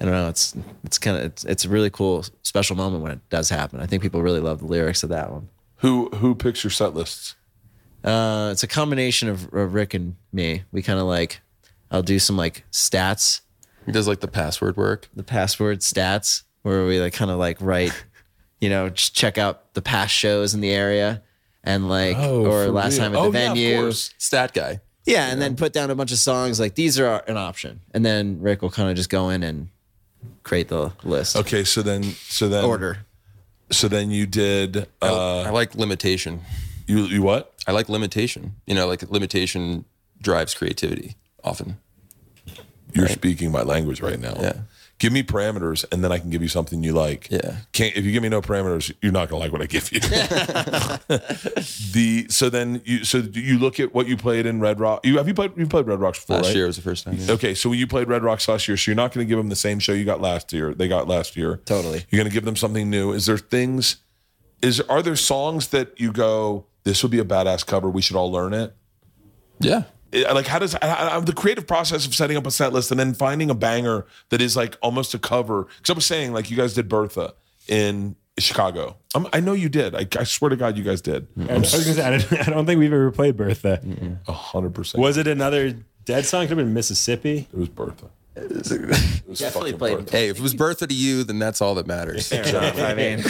Speaker 3: I don't know. It's it's kind of it's, it's a really cool special moment when it does happen. I think people really love the lyrics of that one.
Speaker 1: Who who picks your set lists?
Speaker 3: Uh, it's a combination of, of Rick and me. We kind of like, I'll do some like stats,
Speaker 4: He does like the password work.
Speaker 3: the password stats, where we like kind of like write, you know, just check out the past shows in the area, and like
Speaker 1: Oh,
Speaker 3: or last time at the venue.
Speaker 4: Stat guy.
Speaker 3: Yeah, and then put down a bunch of songs like these are our- an option, and then Rick will kind of just go in and create the list
Speaker 1: Okay, so then so then
Speaker 3: order.
Speaker 1: So then you did.
Speaker 4: I-
Speaker 1: Uh,
Speaker 4: I like limitation.
Speaker 1: You, you what?
Speaker 4: I like limitation. You know, like limitation drives creativity often.
Speaker 1: You're speaking my language right now.
Speaker 4: Yeah.
Speaker 1: Give me parameters, and then I can give you something you like.
Speaker 4: Yeah.
Speaker 1: Can't if you give me no parameters, you're not gonna like what I give you. the so then you so do you look at what you played in Red Rock. You have you played you played Red Rocks before
Speaker 4: Last
Speaker 1: right?
Speaker 4: year was the first time. yeah.
Speaker 1: Okay, so when you played Red Rocks last year, so you're not going to give them the same show you got last year. They got last year.
Speaker 3: Totally.
Speaker 1: You're going to give them something new. Is there things? Is are there songs that you go? This would be a badass cover. We should all learn it.
Speaker 4: Yeah.
Speaker 1: It- Like how does I, I, the creative process of setting up a set list and then finding a banger that is like almost a cover? Because I was saying like you guys did Bertha in Chicago. i I know you did. I, I swear to God, you guys did.
Speaker 3: Mm-hmm.
Speaker 2: I was gonna say, I don't, I don't think we've ever played Bertha.
Speaker 1: A hundred percent.
Speaker 2: Was it another dead song? Could have been Mississippi.
Speaker 1: It was Bertha. It was
Speaker 3: Definitely
Speaker 1: fucking
Speaker 3: played
Speaker 1: Bertha.
Speaker 4: Hey, if it was Bertha to you, then that's all that matters.
Speaker 3: I mean,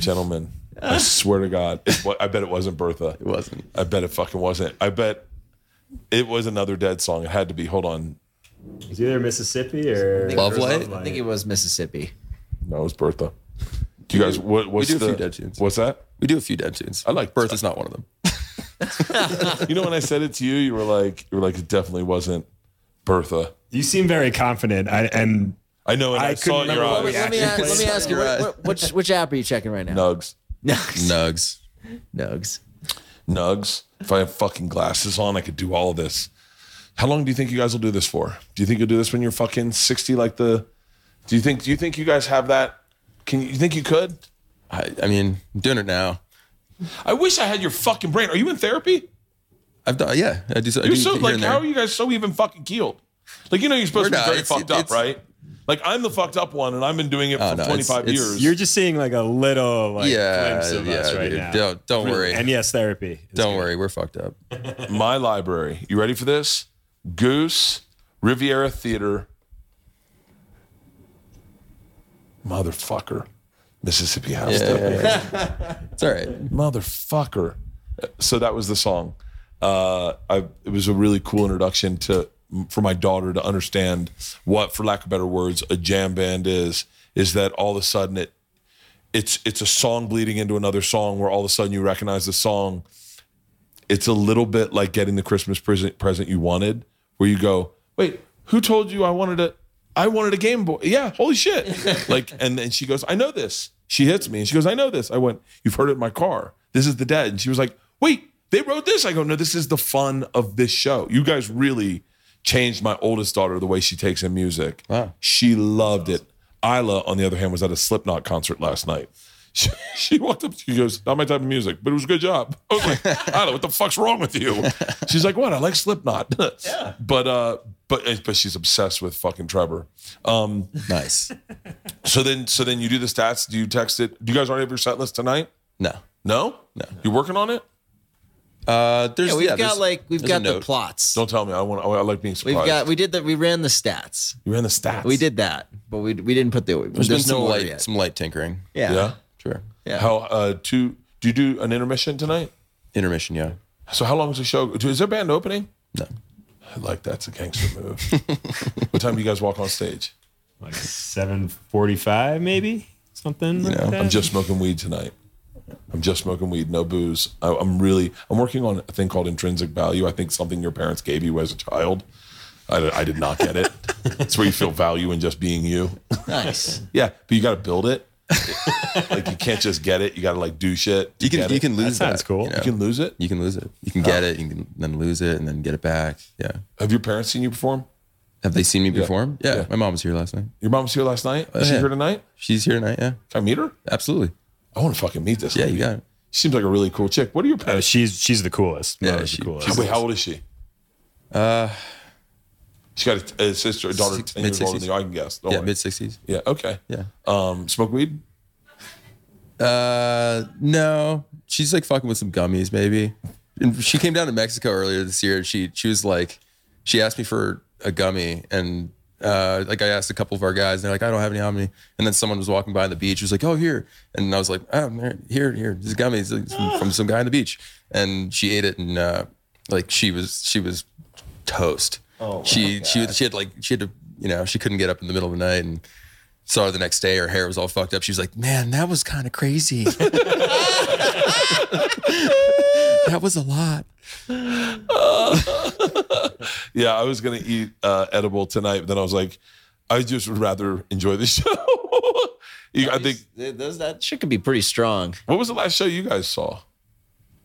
Speaker 1: Gentlemen, I swear to God, it wa- I bet it wasn't Bertha.
Speaker 4: It wasn't.
Speaker 1: I bet it fucking wasn't. I bet it was another dead song. It had to be. Hold on.
Speaker 2: It was either Mississippi or
Speaker 4: Love
Speaker 2: or
Speaker 4: Light?
Speaker 3: I think it was Mississippi.
Speaker 1: No, it was Bertha. Do you guys, what, what's
Speaker 4: do a
Speaker 1: the,
Speaker 4: few dead tunes.
Speaker 1: What's that?
Speaker 4: We do a few dead tunes. I
Speaker 1: like-
Speaker 4: Bertha's not one of them.
Speaker 1: You know, when I said it to you, you were like, you were like, it definitely wasn't Bertha.
Speaker 2: You seem very confident. I, and
Speaker 1: I know, and I,
Speaker 2: I couldn't
Speaker 1: saw it in your
Speaker 2: remember
Speaker 1: eyes.
Speaker 2: what we
Speaker 3: Let me, ask,
Speaker 2: actually
Speaker 3: let me
Speaker 2: played
Speaker 3: ask you,
Speaker 4: Right.
Speaker 3: what, what, which, which app are you checking right now?
Speaker 1: Nugs.
Speaker 3: Nugs.
Speaker 4: Nugs.
Speaker 3: Nugs.
Speaker 1: Nugs. If I have fucking glasses on, I could do all this. How long do you think you guys will do this for? Do you think you'll do this when you're fucking 60 like the Do you think do you think you guys have that? Can you, you think you could?
Speaker 4: I, I mean, I'm doing it now.
Speaker 1: I wish I had your fucking brain. Are you in therapy?
Speaker 4: I've done. Yeah, I do. I
Speaker 1: You're
Speaker 4: do
Speaker 1: so
Speaker 4: here
Speaker 1: like,
Speaker 4: and there.
Speaker 1: how are you guys so even fucking keeled? Like, you know, you're supposed
Speaker 4: We're
Speaker 1: to
Speaker 4: not.
Speaker 1: be very
Speaker 4: It's-
Speaker 1: fucked up,
Speaker 4: it's- Oh,
Speaker 1: right? Like, I'm the fucked up one, and I've been doing it for
Speaker 4: no, it's-
Speaker 1: 25
Speaker 4: it's-
Speaker 1: years.
Speaker 2: you're just seeing like a little like
Speaker 4: Yeah,
Speaker 2: glimpse of
Speaker 4: yeah,
Speaker 2: us right
Speaker 4: dude.
Speaker 2: now.
Speaker 4: Don't- don't
Speaker 2: Really-
Speaker 4: worry.
Speaker 2: And yes, therapy. is
Speaker 4: Don't worry, we're fucked up.
Speaker 1: My library. You ready for this? Goose Riviera Theater. Motherfucker. Mississippi House.
Speaker 4: Yeah,
Speaker 1: Step.
Speaker 4: yeah, yeah. it's all right.
Speaker 1: Motherfucker. So that was the song. Uh, I, it was a really cool introduction to for my daughter to understand what, for lack of better words, a jam band is. Is that all of a sudden it it's it's a song bleeding into another song where all of a sudden you recognize the song. It's a little bit like getting the Christmas present present you wanted, where you go, wait, who told you I wanted a I wanted a Game Boy? Yeah, holy shit! like, and then she goes, I know this. She hits me and she goes, I know this. I went, you've heard it in my car. This is the dead. And she was like, wait, they wrote this. I go, no, this is the fun of this show. You guys really changed my oldest daughter the way she takes in music.
Speaker 4: Wow.
Speaker 1: She loved it. Isla, on the other hand, was at a Slipknot concert last night. She, she walked up. She goes, "Not my type of music, but it was a good job." I was like, "Isla, what the fuck's wrong with you?" She's like, "What? I like Slipknot." yeah. But uh, but but she's obsessed with fucking Trevor. Um.
Speaker 4: Nice.
Speaker 1: So then so then you do the stats. Do you text it? Do you guys already have your set list tonight?
Speaker 4: No.
Speaker 1: No. No. You're working on it.
Speaker 4: Uh, there's
Speaker 3: Yeah, we've
Speaker 4: yeah,
Speaker 3: got
Speaker 4: there's-
Speaker 3: like we've
Speaker 4: there's a
Speaker 3: got the
Speaker 4: note.
Speaker 3: plots.
Speaker 1: Don't tell me. I want. I, like being
Speaker 3: We've
Speaker 1: surprised.
Speaker 3: got we did that. We ran the stats.
Speaker 1: you ran the stats.
Speaker 3: We did that, but we we didn't put the. There's,
Speaker 4: There's been some
Speaker 3: no order
Speaker 4: light,
Speaker 3: yet.
Speaker 4: some light tinkering.
Speaker 3: yeah.
Speaker 1: Yeah.
Speaker 4: Sure.
Speaker 3: Yeah.
Speaker 1: How uh two? Do you do an intermission tonight?
Speaker 4: Intermission. Yeah.
Speaker 1: So how long is the show? Is there band opening?
Speaker 4: No.
Speaker 1: Like that's a gangster move. what time do you guys walk on stage?
Speaker 2: Like seven forty-five, maybe something. like
Speaker 4: know, I'm
Speaker 2: that.
Speaker 1: I'm just smoking weed tonight. I'm just smoking weed, no booze. I, I'm really, I'm working on a thing called intrinsic value. I think something your parents gave you as a child. I, I did not get it. it's where you feel value in just being you.
Speaker 3: Nice.
Speaker 1: Yeah, but you got to build it. like you can't just get it. You got to like do shit. to
Speaker 4: You
Speaker 1: get
Speaker 4: can you
Speaker 1: it.
Speaker 4: can lose
Speaker 2: That sounds cool.
Speaker 4: You,
Speaker 1: you
Speaker 4: know?
Speaker 1: can lose it.
Speaker 4: You can lose it. You can get it. You can then lose it and then get it back. Yeah.
Speaker 1: Have your parents seen you perform?
Speaker 4: Have they seen me perform? Yeah.
Speaker 1: Yeah.
Speaker 4: My mom was here last night.
Speaker 1: Your mom was here last night. Is she
Speaker 4: Oh, yeah.
Speaker 1: here tonight?
Speaker 4: She's here tonight. Yeah.
Speaker 1: Can I meet her?
Speaker 4: Absolutely.
Speaker 1: I want to fucking meet this.
Speaker 4: Yeah.
Speaker 1: lady.
Speaker 4: You got it.
Speaker 1: She seems like a really cool chick. What are your
Speaker 2: Uh,
Speaker 1: parents?
Speaker 2: she's she's the coolest.
Speaker 4: Yeah,
Speaker 2: Mo's
Speaker 4: she-
Speaker 2: the coolest.
Speaker 1: How, wait, how old is she? Uh, she got a, a sister, a daughter,
Speaker 4: Six-
Speaker 1: ten years older than
Speaker 4: mid-sixties.
Speaker 1: you. I can guess. Don't
Speaker 4: Yeah.
Speaker 1: worry.
Speaker 4: Mid sixties.
Speaker 1: yeah. Okay.
Speaker 4: Yeah.
Speaker 1: Um, smoke weed.
Speaker 4: Uh, no, she's like fucking with some gummies, maybe. And she came down to Mexico earlier this year, and she she was like, she asked me for a gummy, and uh, like I asked a couple of our guys, and they're like, I don't have any on me. And then someone was walking by on the beach, was like, Oh, here, and I was like, Oh, here, here, here, this gummies like, from, from some guy on the beach, and she ate it, and uh, like she was she was toast. Oh, she she she had like she had to you know she couldn't get up in the middle of the night and saw her the next day. Her hair was all fucked up. She was like, "Man, that was kind of crazy. that was a lot."
Speaker 1: Yeah, I was gonna eat uh, edible tonight, but then I was like, I just would rather enjoy the show. You- I think.
Speaker 3: Th- those- that shit could be pretty strong.
Speaker 1: What was the last show you guys saw?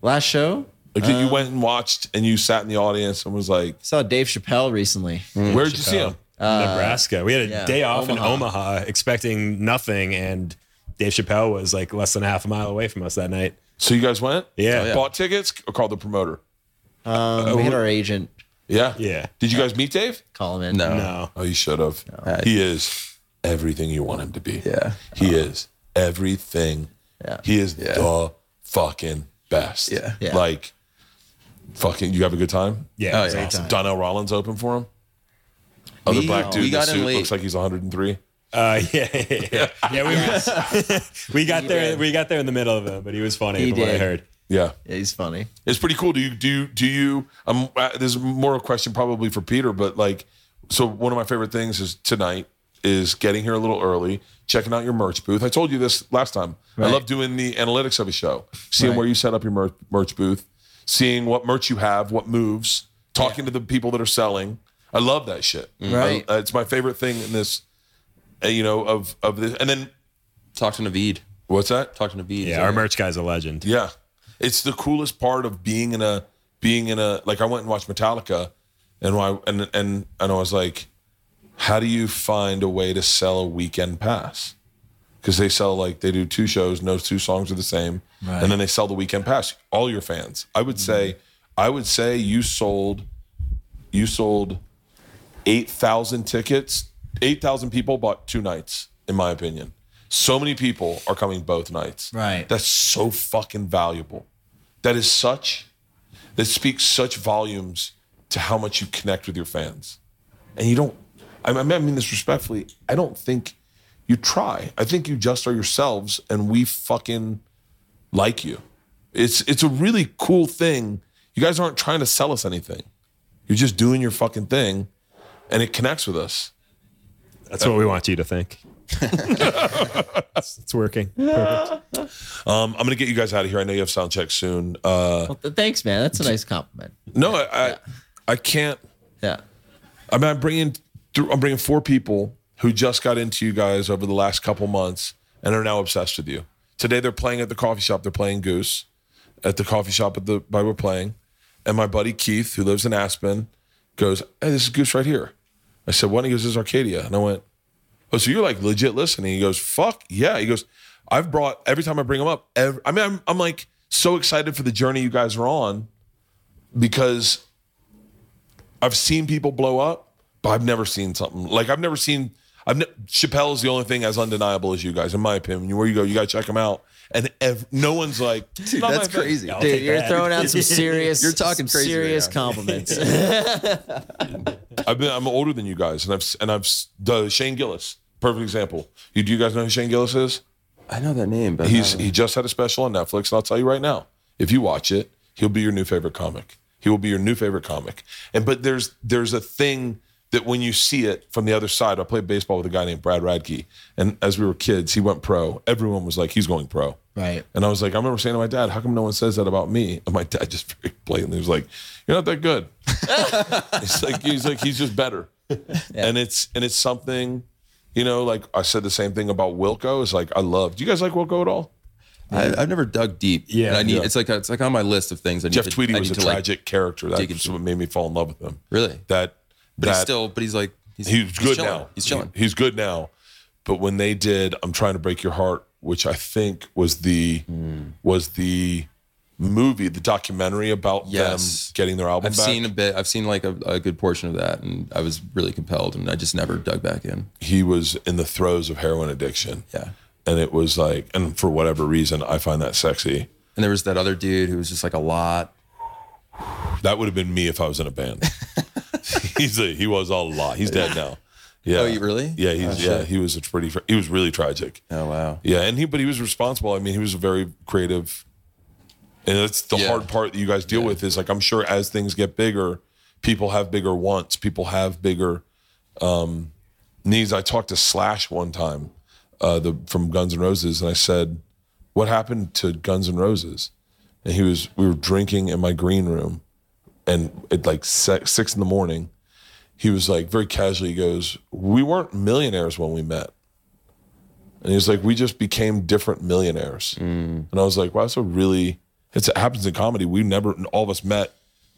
Speaker 3: Last show,
Speaker 1: Like that you went and watched, and you sat in the audience and was like,
Speaker 3: saw Dave Chappelle recently.
Speaker 1: "Where'd you see him?"
Speaker 2: Nebraska. We had a
Speaker 3: yeah,
Speaker 2: day off in
Speaker 3: Omaha.
Speaker 2: Omaha, expecting nothing, and Dave Chappelle was like less than a half a mile away from us that night.
Speaker 1: So you guys went?
Speaker 2: Yeah.
Speaker 1: Bought tickets or called the promoter?
Speaker 3: Um, we had our agent
Speaker 1: Yeah.
Speaker 2: Yeah. Uh,
Speaker 1: Did you guys meet Dave?
Speaker 3: call him in.
Speaker 4: No.
Speaker 2: No,
Speaker 1: Oh, you should have. He is everything you want him to be.
Speaker 4: Yeah.
Speaker 1: He is everything.
Speaker 3: Yeah.
Speaker 1: He is
Speaker 4: Yeah.
Speaker 1: the fucking best.
Speaker 4: Yeah.
Speaker 3: Yeah.
Speaker 1: Like, fucking, you have a good time?
Speaker 2: yeah,
Speaker 4: Oh,
Speaker 2: it was
Speaker 4: yeah.
Speaker 2: awesome.
Speaker 1: Donnell Rollins open for him? Other
Speaker 4: We-
Speaker 1: black dude
Speaker 4: we
Speaker 1: in the
Speaker 4: got in
Speaker 1: suit
Speaker 4: late.
Speaker 1: looks like he's 103.
Speaker 2: Uh, yeah, yeah, yeah. yeah we, we got there.
Speaker 3: did.
Speaker 2: We got there in the middle of it, but he was funny
Speaker 3: He
Speaker 2: from what I
Speaker 3: did.
Speaker 2: heard.
Speaker 1: Yeah.
Speaker 3: Yeah, he's funny.
Speaker 1: It's pretty cool. Do you do you- do you? Um, uh, this is more a question probably for Peter, but like, so one of my favorite things is tonight is getting here a little early, checking out your merch booth. I told you this last time. I
Speaker 3: Right.
Speaker 1: love doing the analytics of a show, seeing
Speaker 3: Right.
Speaker 1: where you set up your merch, merch booth, seeing what merch you have, what moves, talking to the people that are selling. I love that shit.
Speaker 3: Right.
Speaker 1: I- uh, it's my favorite thing in this. uh, You know of of this, and then
Speaker 4: Talk to Naveed.
Speaker 1: what's that?
Speaker 4: Talk to Naveed.
Speaker 2: Yeah, our merch guy's a legend.
Speaker 1: Yeah, it's the coolest part of being in a being in a like I went and watched Metallica, and I and and and I was like, how do you find a way to sell a weekend pass? Because they sell like they do two shows, and those two songs are the same, and then they sell the weekend pass. All your fans, I would say, I would say you sold, you sold, eight thousand tickets. Eight thousand people bought two nights, in my opinion. So many people are coming both nights.
Speaker 3: Right.
Speaker 1: That's so fucking valuable. That is such. That speaks such volumes to how much you connect with your fans, and you don't. I mean, I mean this respectfully. I don't think you try. I think you just are yourselves, and we fucking like you. It's it's a really cool thing. You guys aren't trying to sell us anything. You're just doing your fucking thing, and it connects with us.
Speaker 2: That's what we want you to think. it's, it's working. Perfect.
Speaker 1: Um, I'm gonna get you guys out of here. I know you have sound check soon. Uh,
Speaker 3: Well, th- thanks, man. That's a nice compliment.
Speaker 1: no, I, I I can't.
Speaker 3: Yeah.
Speaker 1: I mean, I'm bringing through. I'm bringing four people who just got into you guys over the last couple months and are now obsessed with you. Today they're playing at the coffee shop. They're playing Goose at the coffee shop at the by we're playing, and my buddy Keith, who lives in Aspen, goes, "Hey, this is Goose right here." I said, "What?" He goes, "This is Arcadia," and I went, "Oh, so you're like legit listening?" He goes, "Fuck yeah!" He goes, "I've brought every time I bring them up. ev I mean, I'm, I'm like so excited for the journey you guys are on because I've seen people blow up, but I've never seen something like I've never seen. I've ne- Chappelle is the only thing as undeniable as you guys, in my opinion. Where you go, you gotta check them out, and ev- no one's like,
Speaker 4: Dude,
Speaker 1: "Not
Speaker 4: that's
Speaker 1: my thing."
Speaker 4: crazy.
Speaker 3: Dude, you're
Speaker 2: that.
Speaker 3: throwing out some serious.
Speaker 4: You're talking
Speaker 3: some
Speaker 4: crazy right
Speaker 3: serious
Speaker 4: now.
Speaker 3: compliments.
Speaker 1: I've been, I'm older than you guys, and I've s- and I've s- the Shane Gillis, perfect example. You do you guys know who Shane Gillis is?
Speaker 4: I know that name, but
Speaker 1: He's
Speaker 4: I don't-
Speaker 1: he just had a special on Netflix, and I'll tell you right now, if you watch it, he'll be your new favorite comic. He will be your new favorite comic. And but there's there's a thing that when you see it from the other side, I played baseball with a guy named Brad Radke, and as we were kids, he went pro. Everyone was like, he's going pro.
Speaker 3: Right.
Speaker 1: And I was like, I remember saying to my dad, how come no one says that about me? And my dad just very blatantly was like, you're not that good. It's like he's like he's just better, and it's and it's something, you know. Like I said the same thing about Wilco. It's like I love. Do you guys like Wilco at all?
Speaker 4: I, I've never dug deep.
Speaker 2: Yeah.
Speaker 4: And I need.
Speaker 2: Yeah.
Speaker 4: It's like it's like on my list of things. I need
Speaker 1: Jeff
Speaker 4: to,
Speaker 1: Tweedy
Speaker 4: I
Speaker 1: was a
Speaker 4: need to, like-
Speaker 1: tragic character.
Speaker 4: dig
Speaker 1: That's
Speaker 4: into.
Speaker 1: what made me fall in love with him.
Speaker 4: really,
Speaker 1: That
Speaker 4: but
Speaker 1: that
Speaker 4: he's still. But he's like he's,
Speaker 1: he's, good
Speaker 4: chilling.
Speaker 1: now.
Speaker 4: He's chilling.
Speaker 1: He- he's good now. But when they did, I'm trying to break your heart, which I think was the
Speaker 4: Hmm.
Speaker 1: was the movie, the documentary about
Speaker 4: Yes.
Speaker 1: them getting their album
Speaker 4: I've
Speaker 1: back.
Speaker 4: seen a bit. I've seen like a, a good portion of that, and I was really compelled, and I just never dug back in.
Speaker 1: he was in the throes of heroin addiction.
Speaker 4: Yeah.
Speaker 1: And it was like, and for whatever reason, I find that sexy.
Speaker 4: And there was that other dude who was just like a lot.
Speaker 1: That would have been me if I was in a band. he's a, he was a lot. He's dead now. Yeah.
Speaker 4: Oh, you really?
Speaker 1: Yeah, he's yeah. He was a pretty. He was really tragic.
Speaker 4: Oh wow.
Speaker 1: Yeah, and he but he was responsible. I mean, he was a very creative, and that's the
Speaker 4: Yeah.
Speaker 1: hard part that you guys deal with is like I'm sure as things get bigger, people have bigger wants, people have bigger um, knees. I talked to Slash one time, uh, the from Guns N' Roses, and I said, "What happened to Guns N' Roses?" And he was, we were drinking in my green room, and at like six, six in the morning, he was like very casually, he goes, "We weren't millionaires when we met." And he was like, we just became different millionaires. And I was like, wow, that's a really, it's, it happens in comedy. We never, all of us met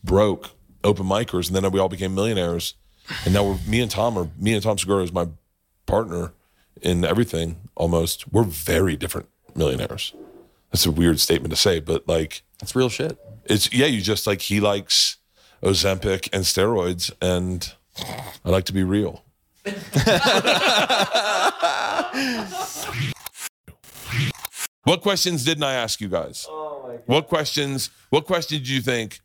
Speaker 1: broke open micers, and then we all became millionaires. And now we're, me and Tom are, me and Tom Segura is my partner in everything almost. We're very different millionaires. That's a weird statement to say, but like,
Speaker 4: That's real shit.
Speaker 1: it's, yeah, you just like, he likes Ozempic and steroids, and I like to be real. What questions didn't I ask you guys? What questions? What questions do you think?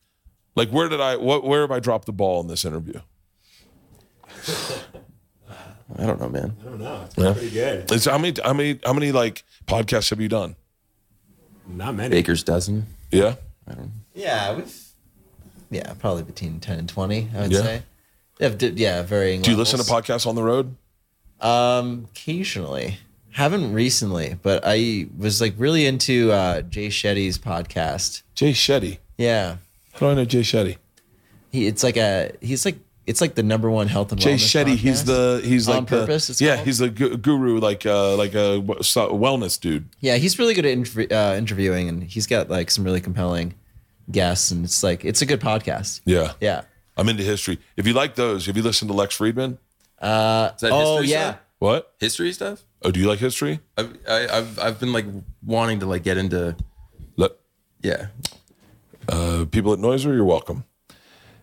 Speaker 1: Like, where did I? What? Where have I dropped the ball in this interview?
Speaker 4: I don't know, man.
Speaker 2: I don't know. It's pretty good.
Speaker 1: It's how many? How many? How many like podcasts have you done?
Speaker 2: Not many.
Speaker 4: Baker's dozen.
Speaker 1: Yeah,
Speaker 3: Yeah, we've yeah probably between ten and twenty. I would
Speaker 1: Yeah.
Speaker 3: say. Yeah, d- yeah, varying.
Speaker 1: do you listen to podcasts on the road?
Speaker 3: Um, occasionally. Haven't recently, but I was like really into uh, Jay Shetty's podcast.
Speaker 1: Jay Shetty.
Speaker 3: Yeah,
Speaker 1: How do I know Jay Shetty?
Speaker 3: he it's like a he's like it's like the number one health and
Speaker 1: Jay
Speaker 3: wellness
Speaker 1: Shetty. He's
Speaker 3: podcast.
Speaker 1: the he's like
Speaker 3: On
Speaker 1: the-
Speaker 3: Purpose, it's
Speaker 1: yeah,
Speaker 3: called?
Speaker 1: he's the gu- guru, like uh like a w- so- wellness dude.
Speaker 3: yeah he's really good at interv- uh, interviewing and he's got like some really compelling guests and it's like it's a good podcast.
Speaker 1: Yeah,
Speaker 3: Yeah.
Speaker 1: I'm into history. If you like those, if you listen to Lex Friedman,
Speaker 4: Is that
Speaker 3: Oh,
Speaker 4: history
Speaker 3: yeah.
Speaker 4: stuff?
Speaker 1: what?
Speaker 4: History stuff?
Speaker 1: Oh, do you like history?
Speaker 4: I've, I, I've I've been like wanting to like get into
Speaker 1: Le-
Speaker 4: yeah.
Speaker 1: people at Noiser, you're welcome.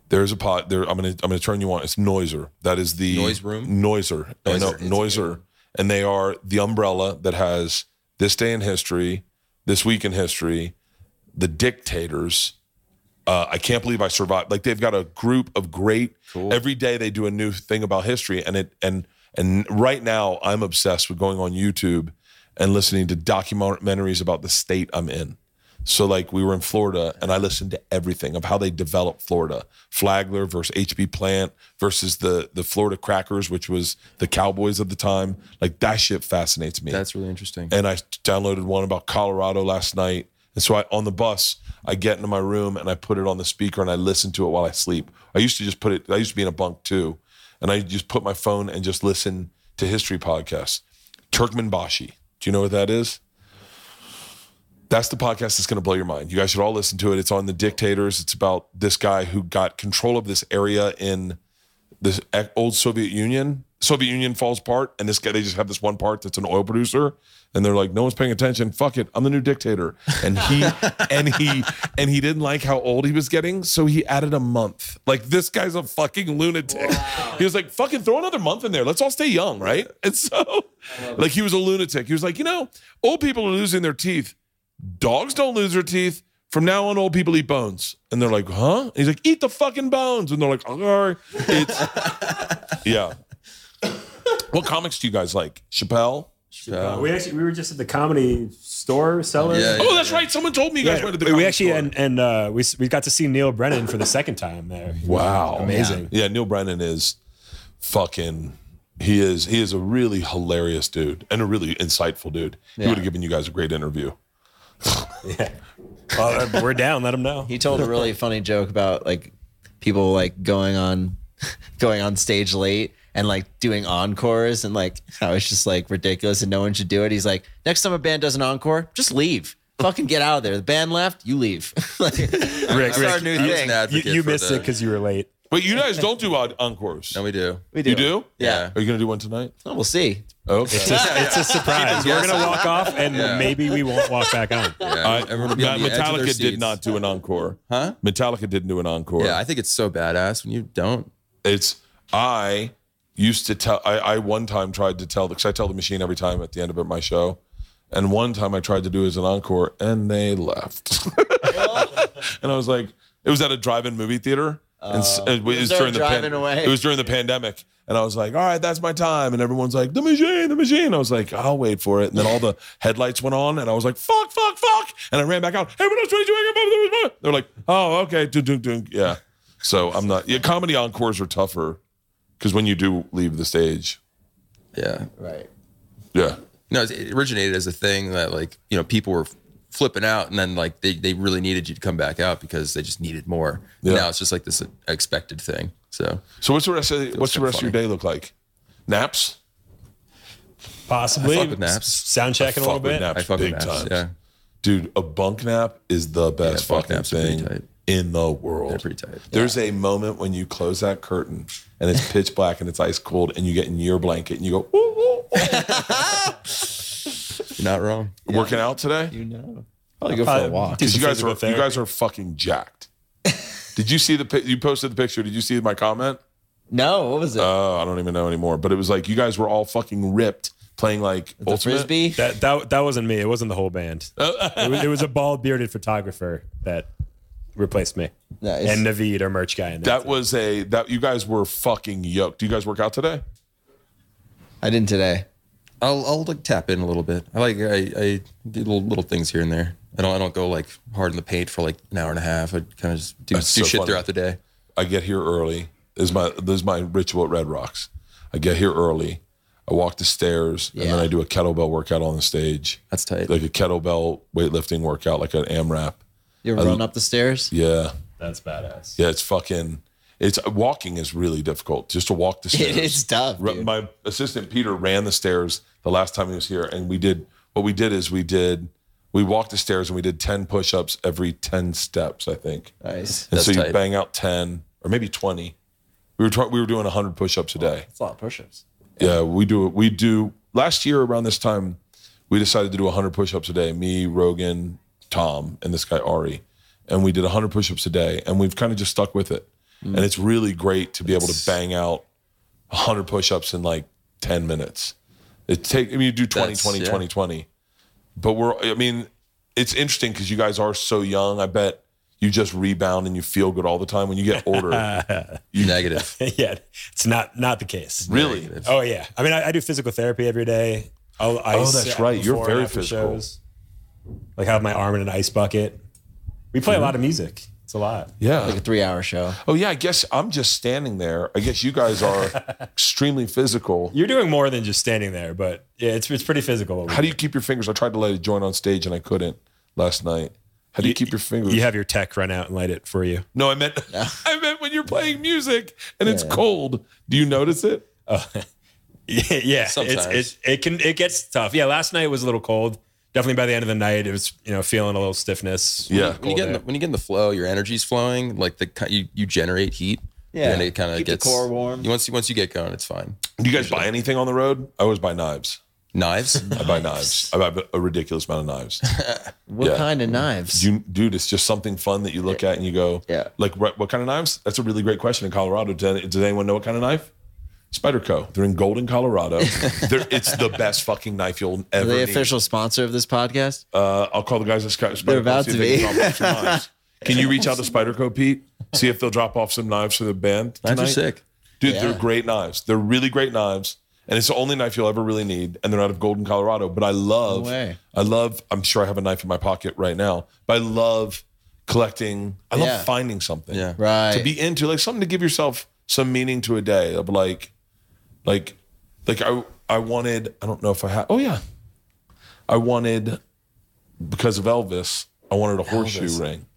Speaker 1: There's a pod. There, I'm gonna I'm gonna turn you on. It's Noiser. That is the
Speaker 4: Noise room?
Speaker 1: Noiser.
Speaker 4: Noiser,
Speaker 1: Noiser.
Speaker 4: it's-
Speaker 1: Noiser. And they are the umbrella that has this day in history, this week in history, the dictators. Uh, I can't believe I survived. Like they've got a group of great. Every day they do a new thing about history, and it and and right now I'm obsessed with going on YouTube and listening to documentaries about the state I'm in. So like we were in Florida and I listened to everything of how they developed Florida. Flagler versus HB Plant versus the the Florida Crackers, which was the Cowboys of the time. Like that shit fascinates me.
Speaker 4: That's really interesting.
Speaker 1: and I downloaded one about Colorado last night. And so I on the bus, I get into my room and I put it on the speaker and I listen to it while I sleep. I used to just put it I used to be in a bunk too. And I just put my phone and just listen to history podcasts. Turkmenbashi. Do you know what that is? That's the podcast that's going to blow your mind. You guys should all listen to it. It's on the dictators. It's about this guy who got control of this area in the e- old Soviet Union. Soviet Union falls apart, and this guy they just have this one part that's an oil producer, and they're like, no one's paying attention. Fuck it, I'm the new dictator. And he and he and he didn't like how old he was getting, so he added a month. Like this guy's a fucking lunatic. He was like, fucking throw another month in there. Let's all stay young, right? And so, like he was a lunatic. He was like, you know, old people are losing their teeth dogs don't lose their teeth. From now on, old people eat bones. And they're like, huh? And he's like, eat the fucking bones. And they're like, "Okay." It's, yeah. what comics do you guys like? Chappelle?
Speaker 2: Uh, we actually we were just at the comedy store seller.
Speaker 4: Yeah,
Speaker 1: Oh, that's right. Someone told me you guys
Speaker 2: Yeah,
Speaker 1: went to the
Speaker 2: we,
Speaker 1: comic
Speaker 2: actually
Speaker 1: store.
Speaker 2: and and uh, we s- we got to see Neil Brennan for the second time there.
Speaker 1: Wow.
Speaker 2: Amazing.
Speaker 1: Yeah, Neil Brennan is fucking he is he is a really hilarious dude and a really insightful dude. He would have given you guys a great interview.
Speaker 2: Uh, we're down. Let him know.
Speaker 3: He told a really funny joke about like people like going on going on stage late and like doing encores and like how it's just like ridiculous and no one should do it. He's like, next time a band does an encore, just leave. Fucking get out of there. The band left, you leave. like,
Speaker 2: Rick,
Speaker 3: start a
Speaker 2: Rick,
Speaker 3: new
Speaker 4: I was
Speaker 3: thing.
Speaker 4: an
Speaker 2: you,
Speaker 4: advocate
Speaker 2: you
Speaker 4: for
Speaker 2: missed
Speaker 4: the-
Speaker 2: it because you were late.
Speaker 1: But you guys don't do odd encores.
Speaker 4: No, we do.
Speaker 3: We do.
Speaker 1: you do?
Speaker 3: Yeah.
Speaker 1: Are you gonna do one tonight?
Speaker 3: Oh, we'll see.
Speaker 1: Okay.
Speaker 2: It's a, it's a surprise. We're gonna walk off, and
Speaker 4: Yeah.
Speaker 2: maybe we won't walk back on.
Speaker 4: Yeah,
Speaker 1: I,
Speaker 4: everyone will be on the edge of their
Speaker 1: Metallica
Speaker 4: seats.
Speaker 1: did not do an encore.
Speaker 4: Huh?
Speaker 1: Metallica didn't do an encore.
Speaker 4: Yeah, I think it's so badass when you don't.
Speaker 1: it's I used to tell. I, I one time tried to tell because I tell the machine every time at the end of it, my show, and one time I tried to do as an encore, and they left. and I was like, it was at a drive-in movie theater, and s-
Speaker 4: Oh.
Speaker 1: it was,
Speaker 3: there a
Speaker 1: during the
Speaker 3: drive-in away?
Speaker 1: It was during the pandemic. And I was like, all right, that's my time. And everyone's like, the machine, the machine. I was like, I'll wait for it. And then all the headlights went on, and I was like, fuck, fuck, fuck. And I ran back out. Everyone else, they're like, oh, okay, dunk, dunk, dunk. yeah. So I'm not. Yeah, comedy encores are tougher because when you do leave the stage,
Speaker 4: Yeah.
Speaker 3: Right.
Speaker 1: Yeah.
Speaker 4: No, it originated as a thing that like you know people were flipping out, and then like they, they really needed you to come back out because they just needed more.
Speaker 1: Yeah.
Speaker 4: Now it's just like this uh, expected thing. So
Speaker 1: So what's the rest of what's the
Speaker 4: kinda
Speaker 1: rest of your
Speaker 4: funny.
Speaker 1: day look like? Naps.
Speaker 2: Possibly.
Speaker 4: I fuck with naps.
Speaker 2: Sound checking a little
Speaker 1: Fuck with
Speaker 2: bit.
Speaker 1: naps
Speaker 4: I fuck with
Speaker 1: big
Speaker 4: naps,
Speaker 1: time.
Speaker 4: yeah.
Speaker 1: Dude, a bunk nap is the best
Speaker 4: bunk
Speaker 1: fucking
Speaker 4: naps are pretty
Speaker 1: thing
Speaker 4: tight.
Speaker 1: in the world.
Speaker 4: They're pretty tight.
Speaker 1: There's a moment when you close that curtain and it's pitch black and it's ice cold and you get in your blanket and you go, ooh, ooh, ooh.
Speaker 4: you're not wrong.
Speaker 1: working out today?
Speaker 3: You know. Probably go for
Speaker 2: Uh,
Speaker 3: a walk.
Speaker 2: dude,
Speaker 1: Because you
Speaker 2: some
Speaker 1: guys are
Speaker 2: physical
Speaker 1: you guys are fucking jacked. Did you see the pic- you posted the picture? Did you see my comment?
Speaker 3: No, what was it?
Speaker 1: Oh, I don't even know anymore. But it was like you guys were all fucking ripped playing like
Speaker 3: the
Speaker 1: ultimate.
Speaker 3: frisbee?
Speaker 2: That, that that wasn't me. It wasn't the whole band.
Speaker 1: Oh.
Speaker 2: it, was, it was a bald bearded photographer that replaced me.
Speaker 3: Nice.
Speaker 2: And Naveed, our merch guy. And
Speaker 1: That was a that you guys were fucking yoked. Do you guys work out today?
Speaker 3: I didn't today.
Speaker 4: I'll I'll like tap in a little bit. I like I, I do little, little things here and there. I don't I don't go like hard in the paint for like an hour and a half. I kind of just do, do
Speaker 1: That's so
Speaker 4: shit
Speaker 1: funny.
Speaker 4: throughout the day.
Speaker 1: I get here early. This is my this is my ritual at Red Rocks. I get here early. I walk the stairs and then
Speaker 3: Yeah.
Speaker 1: I do a kettlebell workout on the stage.
Speaker 4: That's tight.
Speaker 1: Like a kettlebell weightlifting workout, like an AMRAP.
Speaker 3: You ever run up the stairs?
Speaker 1: Yeah.
Speaker 2: that's badass.
Speaker 1: Yeah, it's fucking it's walking is really difficult just to walk the stairs.
Speaker 3: It is tough.
Speaker 1: Ru-
Speaker 3: dude.
Speaker 1: My assistant Peter ran the stairs the last time he was here, and we did what we did is we did we walked the stairs and we did ten push-ups every ten steps, I think.
Speaker 3: Nice.
Speaker 1: And
Speaker 4: That's
Speaker 1: so you
Speaker 4: tight.
Speaker 1: bang out ten or maybe twenty. We were try- we were doing hundred push-ups a day.
Speaker 3: That's a lot of push-ups.
Speaker 1: Yeah, we do it. We do last year around this time, we decided to do 100 push-ups a day. Me, Rogan, Tom, and this guy Ari, and we did 100 push-ups a day, and we've kind of just stuck with it.
Speaker 4: Mm.
Speaker 1: And it's really great to be able to bang out 100 push-ups in like 10 minutes. It take I mean you do 20,
Speaker 4: That's-
Speaker 1: 20,
Speaker 4: yeah.
Speaker 1: 20, 20. But we're I mean it's interesting because you guys are so young. I bet you just rebound and you feel good all the time when you get older.
Speaker 4: Negative.
Speaker 2: yeah, it's not not the case.
Speaker 1: really?
Speaker 2: Oh yeah. I mean, I, I do physical therapy every day. I'll ice
Speaker 1: Oh, that's
Speaker 2: out
Speaker 1: right. You're
Speaker 2: before
Speaker 1: very
Speaker 2: and after
Speaker 1: physical.
Speaker 2: Like have my arm in an ice bucket. We play
Speaker 1: Mm-hmm.
Speaker 2: a lot of music. It's a lot.
Speaker 1: Yeah.
Speaker 3: Like a three-hour show.
Speaker 1: Oh yeah, I guess I'm just standing there. I guess you guys are extremely physical.
Speaker 2: You're doing more than just standing there, but yeah, it's it's pretty physical.
Speaker 1: How do you keep your fingers? I tried to light a joint on stage and I couldn't last night. How do you keep your fingers?
Speaker 2: you have your tech run out and light it for you.
Speaker 1: no, I meant I meant when you're playing music and it's cold. Do you notice it?
Speaker 2: Yeah, yeah. It's,
Speaker 4: Sometimes.
Speaker 2: it it can it gets tough. Yeah, last night was a little cold. Definitely by the end of the night, it was you know feeling a little stiffness.
Speaker 1: Yeah.
Speaker 4: When you get in the, when you get in the flow, your energy's flowing. Like the ki- you you generate heat.
Speaker 3: Yeah.
Speaker 4: And it kind of
Speaker 3: Keep the
Speaker 4: gets
Speaker 3: core warm.
Speaker 4: you- Once you once you get going, it's fine.
Speaker 1: Do you guys buy anything on the road? I always buy knives.
Speaker 4: Knives.
Speaker 1: I buy knives. I buy a ridiculous amount of knives.
Speaker 3: What
Speaker 1: Yeah.
Speaker 3: kind of knives?
Speaker 1: you, dude, it's just something fun that you look at and you go,
Speaker 3: Yeah.
Speaker 1: Like what, what kind of knives? That's a really great question in Colorado. Does, does anyone know what kind of knife? Spyderco. They're in Golden, Colorado. They're, it's the best fucking knife you'll
Speaker 3: Are
Speaker 1: ever.
Speaker 3: they
Speaker 1: need.
Speaker 3: official sponsor of this podcast?
Speaker 1: Uh, I'll call the guys at Sky- Spyderco.
Speaker 3: They're about
Speaker 1: see if
Speaker 3: to
Speaker 1: they
Speaker 3: be.
Speaker 1: Can, drop off some knives. Can you reach out to Spyderco, Pete? See if they'll drop off some knives for the band.
Speaker 4: Knives are
Speaker 1: tonight?
Speaker 4: sick.
Speaker 1: Dude,
Speaker 3: Yeah.
Speaker 1: they're great knives. They're really great knives. And it's the only knife you'll ever really need. And they're out of Golden, Colorado. But I love,
Speaker 3: No way.
Speaker 1: I love, I'm sure I have a knife in my pocket right now, but I love collecting. I love
Speaker 3: Yeah.
Speaker 1: finding something
Speaker 4: Yeah.
Speaker 3: right.
Speaker 1: to be into, like something to give yourself some meaning to a day of like, like, like I, I wanted, I don't know if I had, oh yeah. I wanted, because of Elvis, I wanted a horseshoe ring.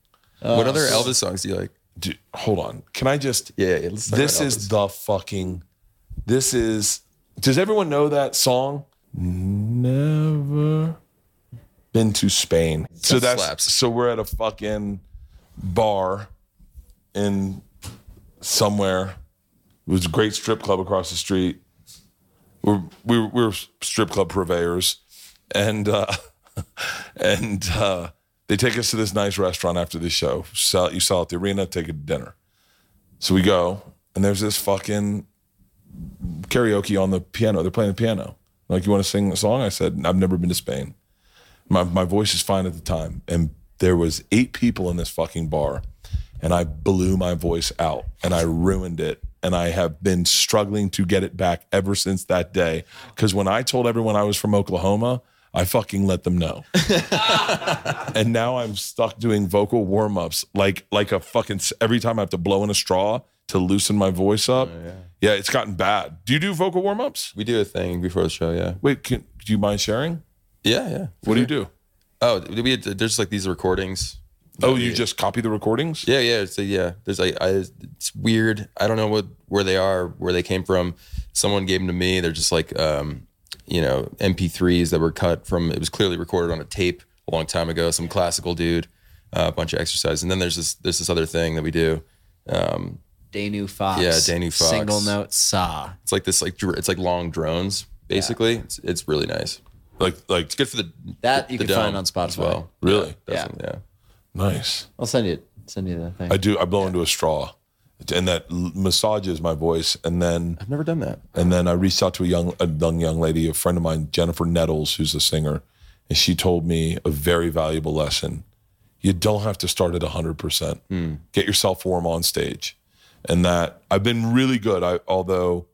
Speaker 3: Oh,
Speaker 4: what other Elvis songs do you like?
Speaker 1: Dude, hold on. Can I just,
Speaker 4: Yeah. yeah let's talk
Speaker 1: this
Speaker 4: about
Speaker 1: is the fucking. This is. Does everyone know that song? Never been to Spain. so that's
Speaker 4: slaps.
Speaker 1: so we're at a fucking bar in somewhere. It was a great strip club across the street. We're we were, we were strip club purveyors, and uh, and uh, they take us to this nice restaurant after the show. Sell you sell at the arena, take it to dinner. So we go, and there's this fucking karaoke on the piano. They're playing the piano. Like, you want to sing a song? I said, I've never been to Spain. My, my voice is fine at the time. And there was eight people in this fucking bar, and I blew my voice out, and I ruined it. And I have been struggling to get it back ever since that day. Because when I told everyone I was from Oklahoma, I fucking let them know. and now I'm stuck doing vocal warm ups like like a fucking s- every time I have to blow in a straw to loosen my voice up. yeah. it's gotten bad. Do you do vocal warm ups?
Speaker 4: We do a thing before the show, yeah.
Speaker 1: Wait, can, do you mind sharing?
Speaker 4: Yeah, yeah.
Speaker 1: What do you do?
Speaker 4: Oh, we had, there's like these recordings.
Speaker 1: Oh, you just copy the recordings?
Speaker 4: Yeah, yeah. So yeah, there's like I, it's weird. I don't know what where they are, where they came from. Someone gave them to me. They're just like um, you know MP3s that were cut from. It was clearly recorded on a tape a long time ago. Some classical dude, uh, a bunch of exercise, and then there's this there's this other thing that we do. Um,
Speaker 3: Danu Fox.
Speaker 4: Yeah, Danu Fox.
Speaker 3: Single note saw.
Speaker 4: it's like this like dr- it's like long drones basically. It's, it's really nice.
Speaker 1: Like like
Speaker 4: It's good for the
Speaker 3: That you
Speaker 4: the
Speaker 3: can find
Speaker 4: dome
Speaker 3: on Spotify.
Speaker 4: as well.
Speaker 1: Really?
Speaker 4: That's-
Speaker 3: Yeah.
Speaker 4: yeah.
Speaker 1: nice.
Speaker 3: I'll send you send you that thing.
Speaker 1: I do. I blow into a straw, and that l- massages my voice, and then
Speaker 4: I've never done that.
Speaker 1: and then I reached out to a young a young young lady, a friend of mine, Jennifer Nettles, who's a singer, and she told me a very valuable lesson. You don't have to start at 100%.
Speaker 4: Hmm.
Speaker 1: Get yourself warm on stage. And that I've been really good. I although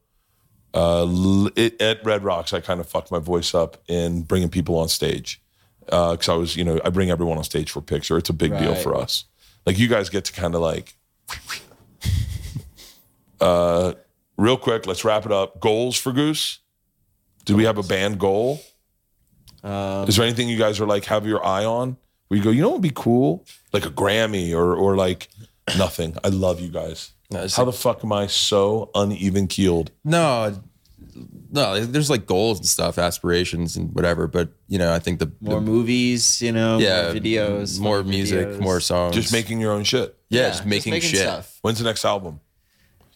Speaker 1: uh, l- it, at Red Rocks, I kind of fucked my voice up in bringing people on stage because I was, you know, I bring everyone on stage for a picture. It's a big deal
Speaker 3: Right.
Speaker 1: for us. Like you guys get to kind of like uh, real quick, let's wrap it up. Goals for Goose? Do we have a band goal? Is there anything you guys are like have your eye on? Where you go, you know what would be cool? Like a Grammy or or like nothing. I love you guys.
Speaker 4: it's
Speaker 1: How the fuck am I so uneven keeled?
Speaker 4: No, no. There's like goals and stuff, aspirations and whatever. But you know, I think the
Speaker 3: more movies, you know,
Speaker 4: yeah
Speaker 3: more videos,
Speaker 4: more music,
Speaker 3: videos.
Speaker 4: more songs.
Speaker 1: Just making your own shit.
Speaker 4: yeah, just making, shit.
Speaker 1: When's the next album?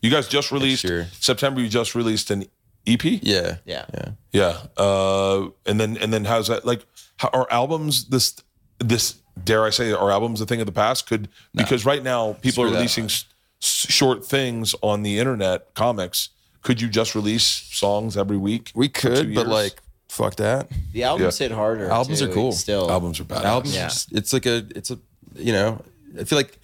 Speaker 1: You guys just released
Speaker 4: year.
Speaker 1: September. You just released an EP.
Speaker 4: Yeah,
Speaker 3: Yeah.
Speaker 4: yeah.
Speaker 1: Yeah. Uh, and then and then how's that like how, are albums this this dare I say are albums a thing of the past? Could because right now people
Speaker 4: Screw
Speaker 1: are
Speaker 4: that.
Speaker 1: releasing s- s- short things on the internet, comics. Could you just release songs every week?
Speaker 4: We
Speaker 1: for two
Speaker 4: could, but
Speaker 1: years?
Speaker 4: like, fuck that.
Speaker 3: The albums hit harder.
Speaker 4: Albums
Speaker 3: too,
Speaker 4: are cool.
Speaker 3: Still,
Speaker 1: albums are bad.
Speaker 4: Albums,
Speaker 3: Yeah.
Speaker 4: just- it's like a, it's a, you know, I feel like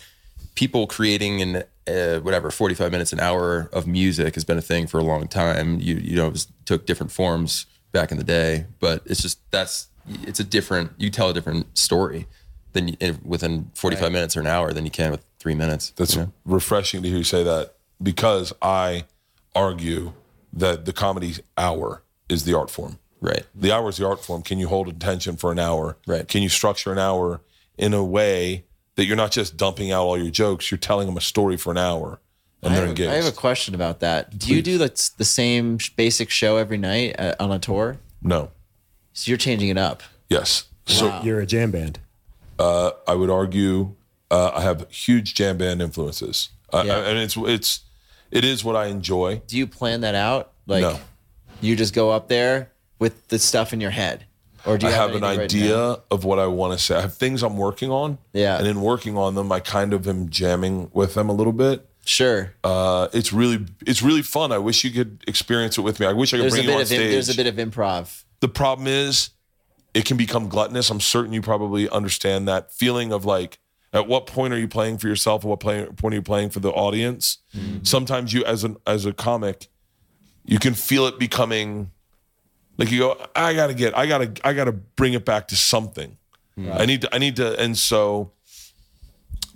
Speaker 4: people creating in uh, whatever 45 minutes an hour of music has been a thing for a long time. You you know, it was, took different forms back in the day, but it's just that's it's a different. You tell a different story than you, in- within 45 minutes or an hour than you can with three minutes.
Speaker 1: That's
Speaker 4: you know?
Speaker 1: refreshing to hear you say that because I argue that the comedy hour is the art form.
Speaker 4: right.
Speaker 1: the hour is the art form. Can you hold attention for an hour?
Speaker 4: Right.
Speaker 1: Can you structure an hour in a way that you're not just dumping out all your jokes? You're telling them a story for an hour, and
Speaker 3: I
Speaker 1: they're
Speaker 3: have, a-
Speaker 1: engaged.
Speaker 3: I have a question about that. Do you do the, the same sh- basic show every night uh, on a tour?
Speaker 1: no.
Speaker 3: So you're changing it up.
Speaker 1: Yes. So
Speaker 2: You're a jam band.
Speaker 1: I would argue uh, I have huge jam band influences, uh,
Speaker 3: Yeah.
Speaker 1: and it's it's it is what I enjoy.
Speaker 3: Do you plan that out? Like,
Speaker 1: No.
Speaker 3: you just go up there with the stuff in your head, or do you
Speaker 1: I have an
Speaker 3: anything written
Speaker 1: idea
Speaker 3: down?
Speaker 1: of what I want to say. I have things I'm working on.
Speaker 3: Yeah.
Speaker 1: And in working on them, I kind of am jamming with them a little bit.
Speaker 3: Sure.
Speaker 1: Uh, it's really it's really fun. I wish you could experience it with me. I wish I could
Speaker 3: there's a
Speaker 1: bring you
Speaker 3: bit
Speaker 1: on
Speaker 3: of
Speaker 1: stage.
Speaker 3: im- there's a bit of improv.
Speaker 1: the problem is it can become gluttonous. I'm certain you probably understand that feeling of like, at what point are you playing for yourself? At what play, point are you playing for the audience? Sometimes you, as an as a comic, you can feel it becoming like you go, I gotta get, I gotta, I gotta bring it back to something. I need to, I need to, and so.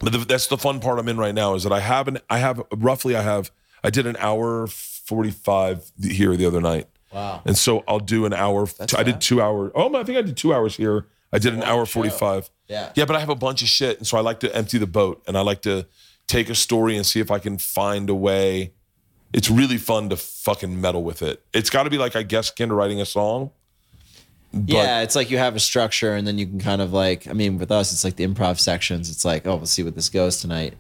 Speaker 1: But the, that's the fun part I'm in right now is that I have an, I have roughly, I have, I did an hour forty five here the other night.
Speaker 3: Wow.
Speaker 1: And so I'll do an hour. I did two hours. Oh, I think I did two hours here. I did an hour 45.
Speaker 3: Yeah.
Speaker 1: Yeah, but I have a bunch of shit. And so I like to empty the boat and I like to take a story and see if I can find a way. It's really fun to fucking meddle with it. It's got to be like, I guess, kind of writing a song.
Speaker 3: yeah, it's like you have a structure, and then you can kind of like, I mean, with us, it's like the improv sections. It's like, oh, we'll see what this goes tonight,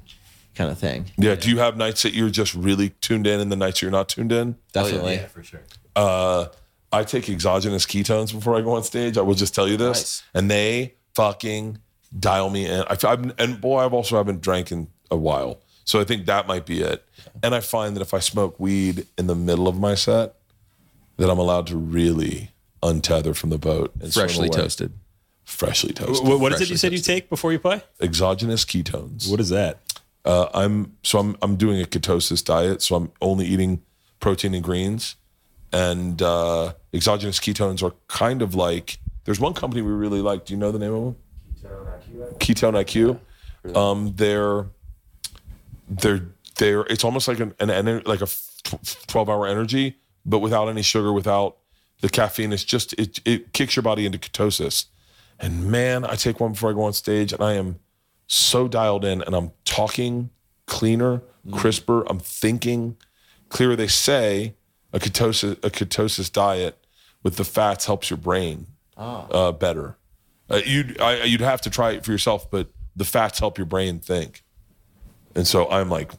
Speaker 3: kind of thing.
Speaker 1: Oh, Yeah. Do you have nights that you're just really tuned in and the nights you're not tuned in?
Speaker 3: Definitely.
Speaker 4: for sure.
Speaker 1: uh, I take exogenous ketones before I go on stage. I will just tell you this,
Speaker 4: Nice.
Speaker 1: and they fucking dial me in. I, I've, and boy, I've also haven't drank in a while, so I think that might be it. And I find that if I smoke weed in the middle of my set, that I'm allowed to really untether from the boat and swim
Speaker 4: Freshly
Speaker 1: away.
Speaker 4: toasted.
Speaker 1: Freshly toasted.
Speaker 2: What, what is it
Speaker 4: Freshly
Speaker 2: you said you take before you play?
Speaker 1: Exogenous ketones.
Speaker 2: What is that?
Speaker 1: Uh, I'm so I'm I'm doing a ketosis diet, so I'm only eating protein and greens, and uh, exogenous ketones are kind of like There's one company we really like. Do you know the name of them? Ketone IQ. Ketone IQ. Um, they're they're they're it's almost like an, an ener- like a f- tw- 12 hour energy but without any sugar without the caffeine it's just it it kicks your body into ketosis and man i take one before i go on stage and i am so dialed in and i'm talking cleaner crisper i'm thinking clearer they say a ketosis a ketosis diet with the fats helps your brain uh, better uh, you'd I, you'd have to try it for yourself but the fats help your brain think and so I'm like,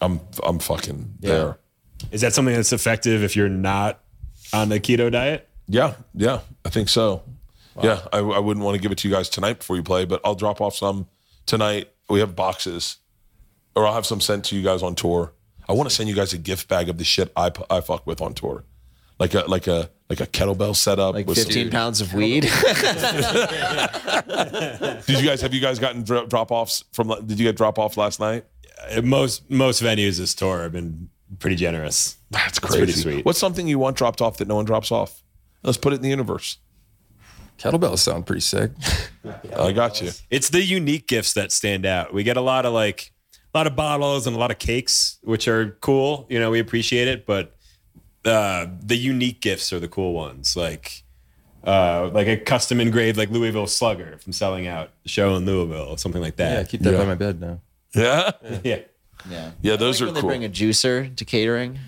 Speaker 1: I'm I'm fucking there.
Speaker 2: Is that something that's effective if you're not on the keto diet?
Speaker 1: Yeah, yeah, I think so. Yeah, I, I wouldn't want to give it to you guys tonight before you play, but I'll drop off some tonight. We have boxes, or I'll have some sent to you guys on tour. I want to send you guys a gift bag of the shit I pu- I fuck with on tour, like a like a like a kettlebell setup.
Speaker 3: Like
Speaker 1: with some-
Speaker 3: 15 pounds of weed.
Speaker 1: did you guys have you guys gotten drop offs from? la- Did you get drop off last night?
Speaker 2: At most most venues this tour have been pretty generous.
Speaker 1: That's
Speaker 2: pretty
Speaker 1: crazy.
Speaker 2: sweet.
Speaker 1: What's something you want dropped off that no one drops off? Let's put it in the universe.
Speaker 4: Kettlebells sound pretty sick.
Speaker 1: I got you.
Speaker 2: It's the unique gifts that stand out. We get a lot of like a lot of bottles and a lot of cakes, which are cool. You know, we appreciate it, but uh, the unique gifts are the cool ones. Like uh, like a custom engraved like Louisville Slugger from selling out the show in Louisville, or something like
Speaker 4: yeah, I
Speaker 2: that.
Speaker 4: keep that by my bed now.
Speaker 1: Yeah.
Speaker 2: Yeah.
Speaker 3: yeah.
Speaker 1: Yeah, those
Speaker 3: Like
Speaker 1: are
Speaker 3: when
Speaker 1: cool.
Speaker 3: they bring a juicer to catering.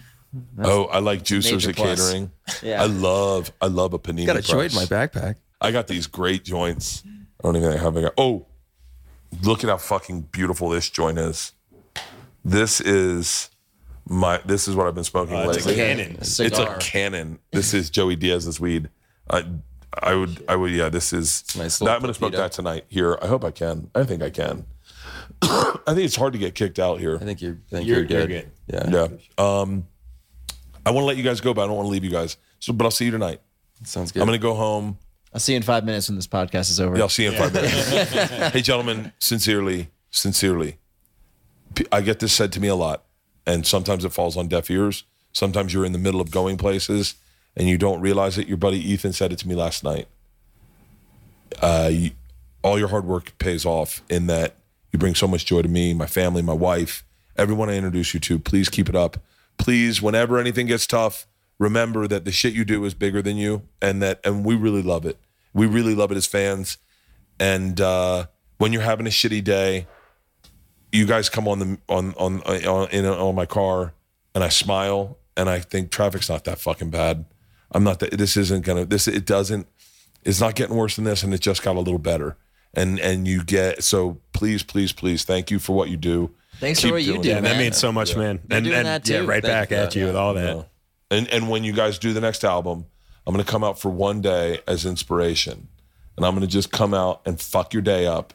Speaker 1: oh, I like juicers
Speaker 3: major
Speaker 1: at
Speaker 3: plus.
Speaker 1: catering.
Speaker 3: Yeah.
Speaker 1: I love I love a panini.
Speaker 4: Got a
Speaker 1: press.
Speaker 4: joint in my backpack.
Speaker 1: I got these great joints. I don't even think I have I got oh look at how fucking beautiful this joint is. This is my this is what I've been smoking
Speaker 2: Uh, it's a
Speaker 1: lately.
Speaker 2: cannon.
Speaker 1: It's
Speaker 3: Cigar.
Speaker 1: a cannon. This is Joey Diaz's weed. I I would I would yeah, this is
Speaker 4: Nice
Speaker 1: I'm
Speaker 4: little
Speaker 1: gonna smoke
Speaker 4: torpedo.
Speaker 1: that tonight here. I hope I can. I think I can. I think it's hard to get kicked out here.
Speaker 4: I think you're, I think
Speaker 2: You're-
Speaker 4: you're,
Speaker 2: you're
Speaker 4: good.
Speaker 2: good.
Speaker 4: Yeah.
Speaker 1: Yeah. Um, I want to let you guys go, but I don't want to leave you guys. So, but I'll see you tonight.
Speaker 4: Sounds good.
Speaker 1: I'm gonna go home.
Speaker 3: I'll see you in five minutes when this podcast is over.
Speaker 1: Yeah, I'll see you in five minutes. hey, gentlemen, sincerely, sincerely, p- I get this said to me a lot, and sometimes it falls on deaf ears. Sometimes you're in the middle of going places and you don't realize it. Your buddy Ethan said it to me last night. Uh, you, all your hard work pays off in that you bring so much joy to me, my family, my wife, everyone I introduce you to. Please keep it up. Please, whenever anything gets tough, remember that the shit you do is bigger than you, and that and we really love it. We really love it as fans. And uh, when you're having a shitty day, you guys come on the on on, on in on my car, and I smile, and I think traffic's not that fucking bad. I'm not that. This isn't gonna. This it doesn't it's not getting worse than this and it just got a little better and and you get so please please please thank you for what you do
Speaker 3: Thanks
Speaker 1: Keep
Speaker 3: for what you
Speaker 1: doing
Speaker 3: do,
Speaker 1: it.
Speaker 2: Yeah,
Speaker 3: man.
Speaker 2: that means so much, man. And,
Speaker 3: doing
Speaker 2: and
Speaker 3: that
Speaker 2: yeah,
Speaker 3: too.
Speaker 2: right
Speaker 3: Thank
Speaker 2: back at you with all that.
Speaker 1: and and when you guys do the next album i'm going to come out for one day as inspiration and i'm going to just come out and fuck your day up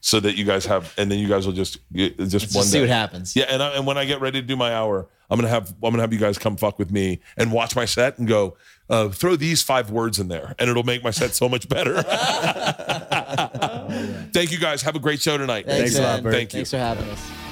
Speaker 1: so that you guys have and then you guys will just just one
Speaker 3: Just
Speaker 1: day
Speaker 3: see what happens.
Speaker 1: yeah, and I, and when I get ready to do my hour, I'm gonna have I'm gonna have you guys come fuck with me and watch my set and go uh, throw these five words in there, and it'll make my set so much better. Thank you guys. Have a great show tonight.
Speaker 3: Thanks,
Speaker 2: a lot,
Speaker 3: man.
Speaker 2: Bert.
Speaker 1: Thank you.
Speaker 3: Thanks for having us.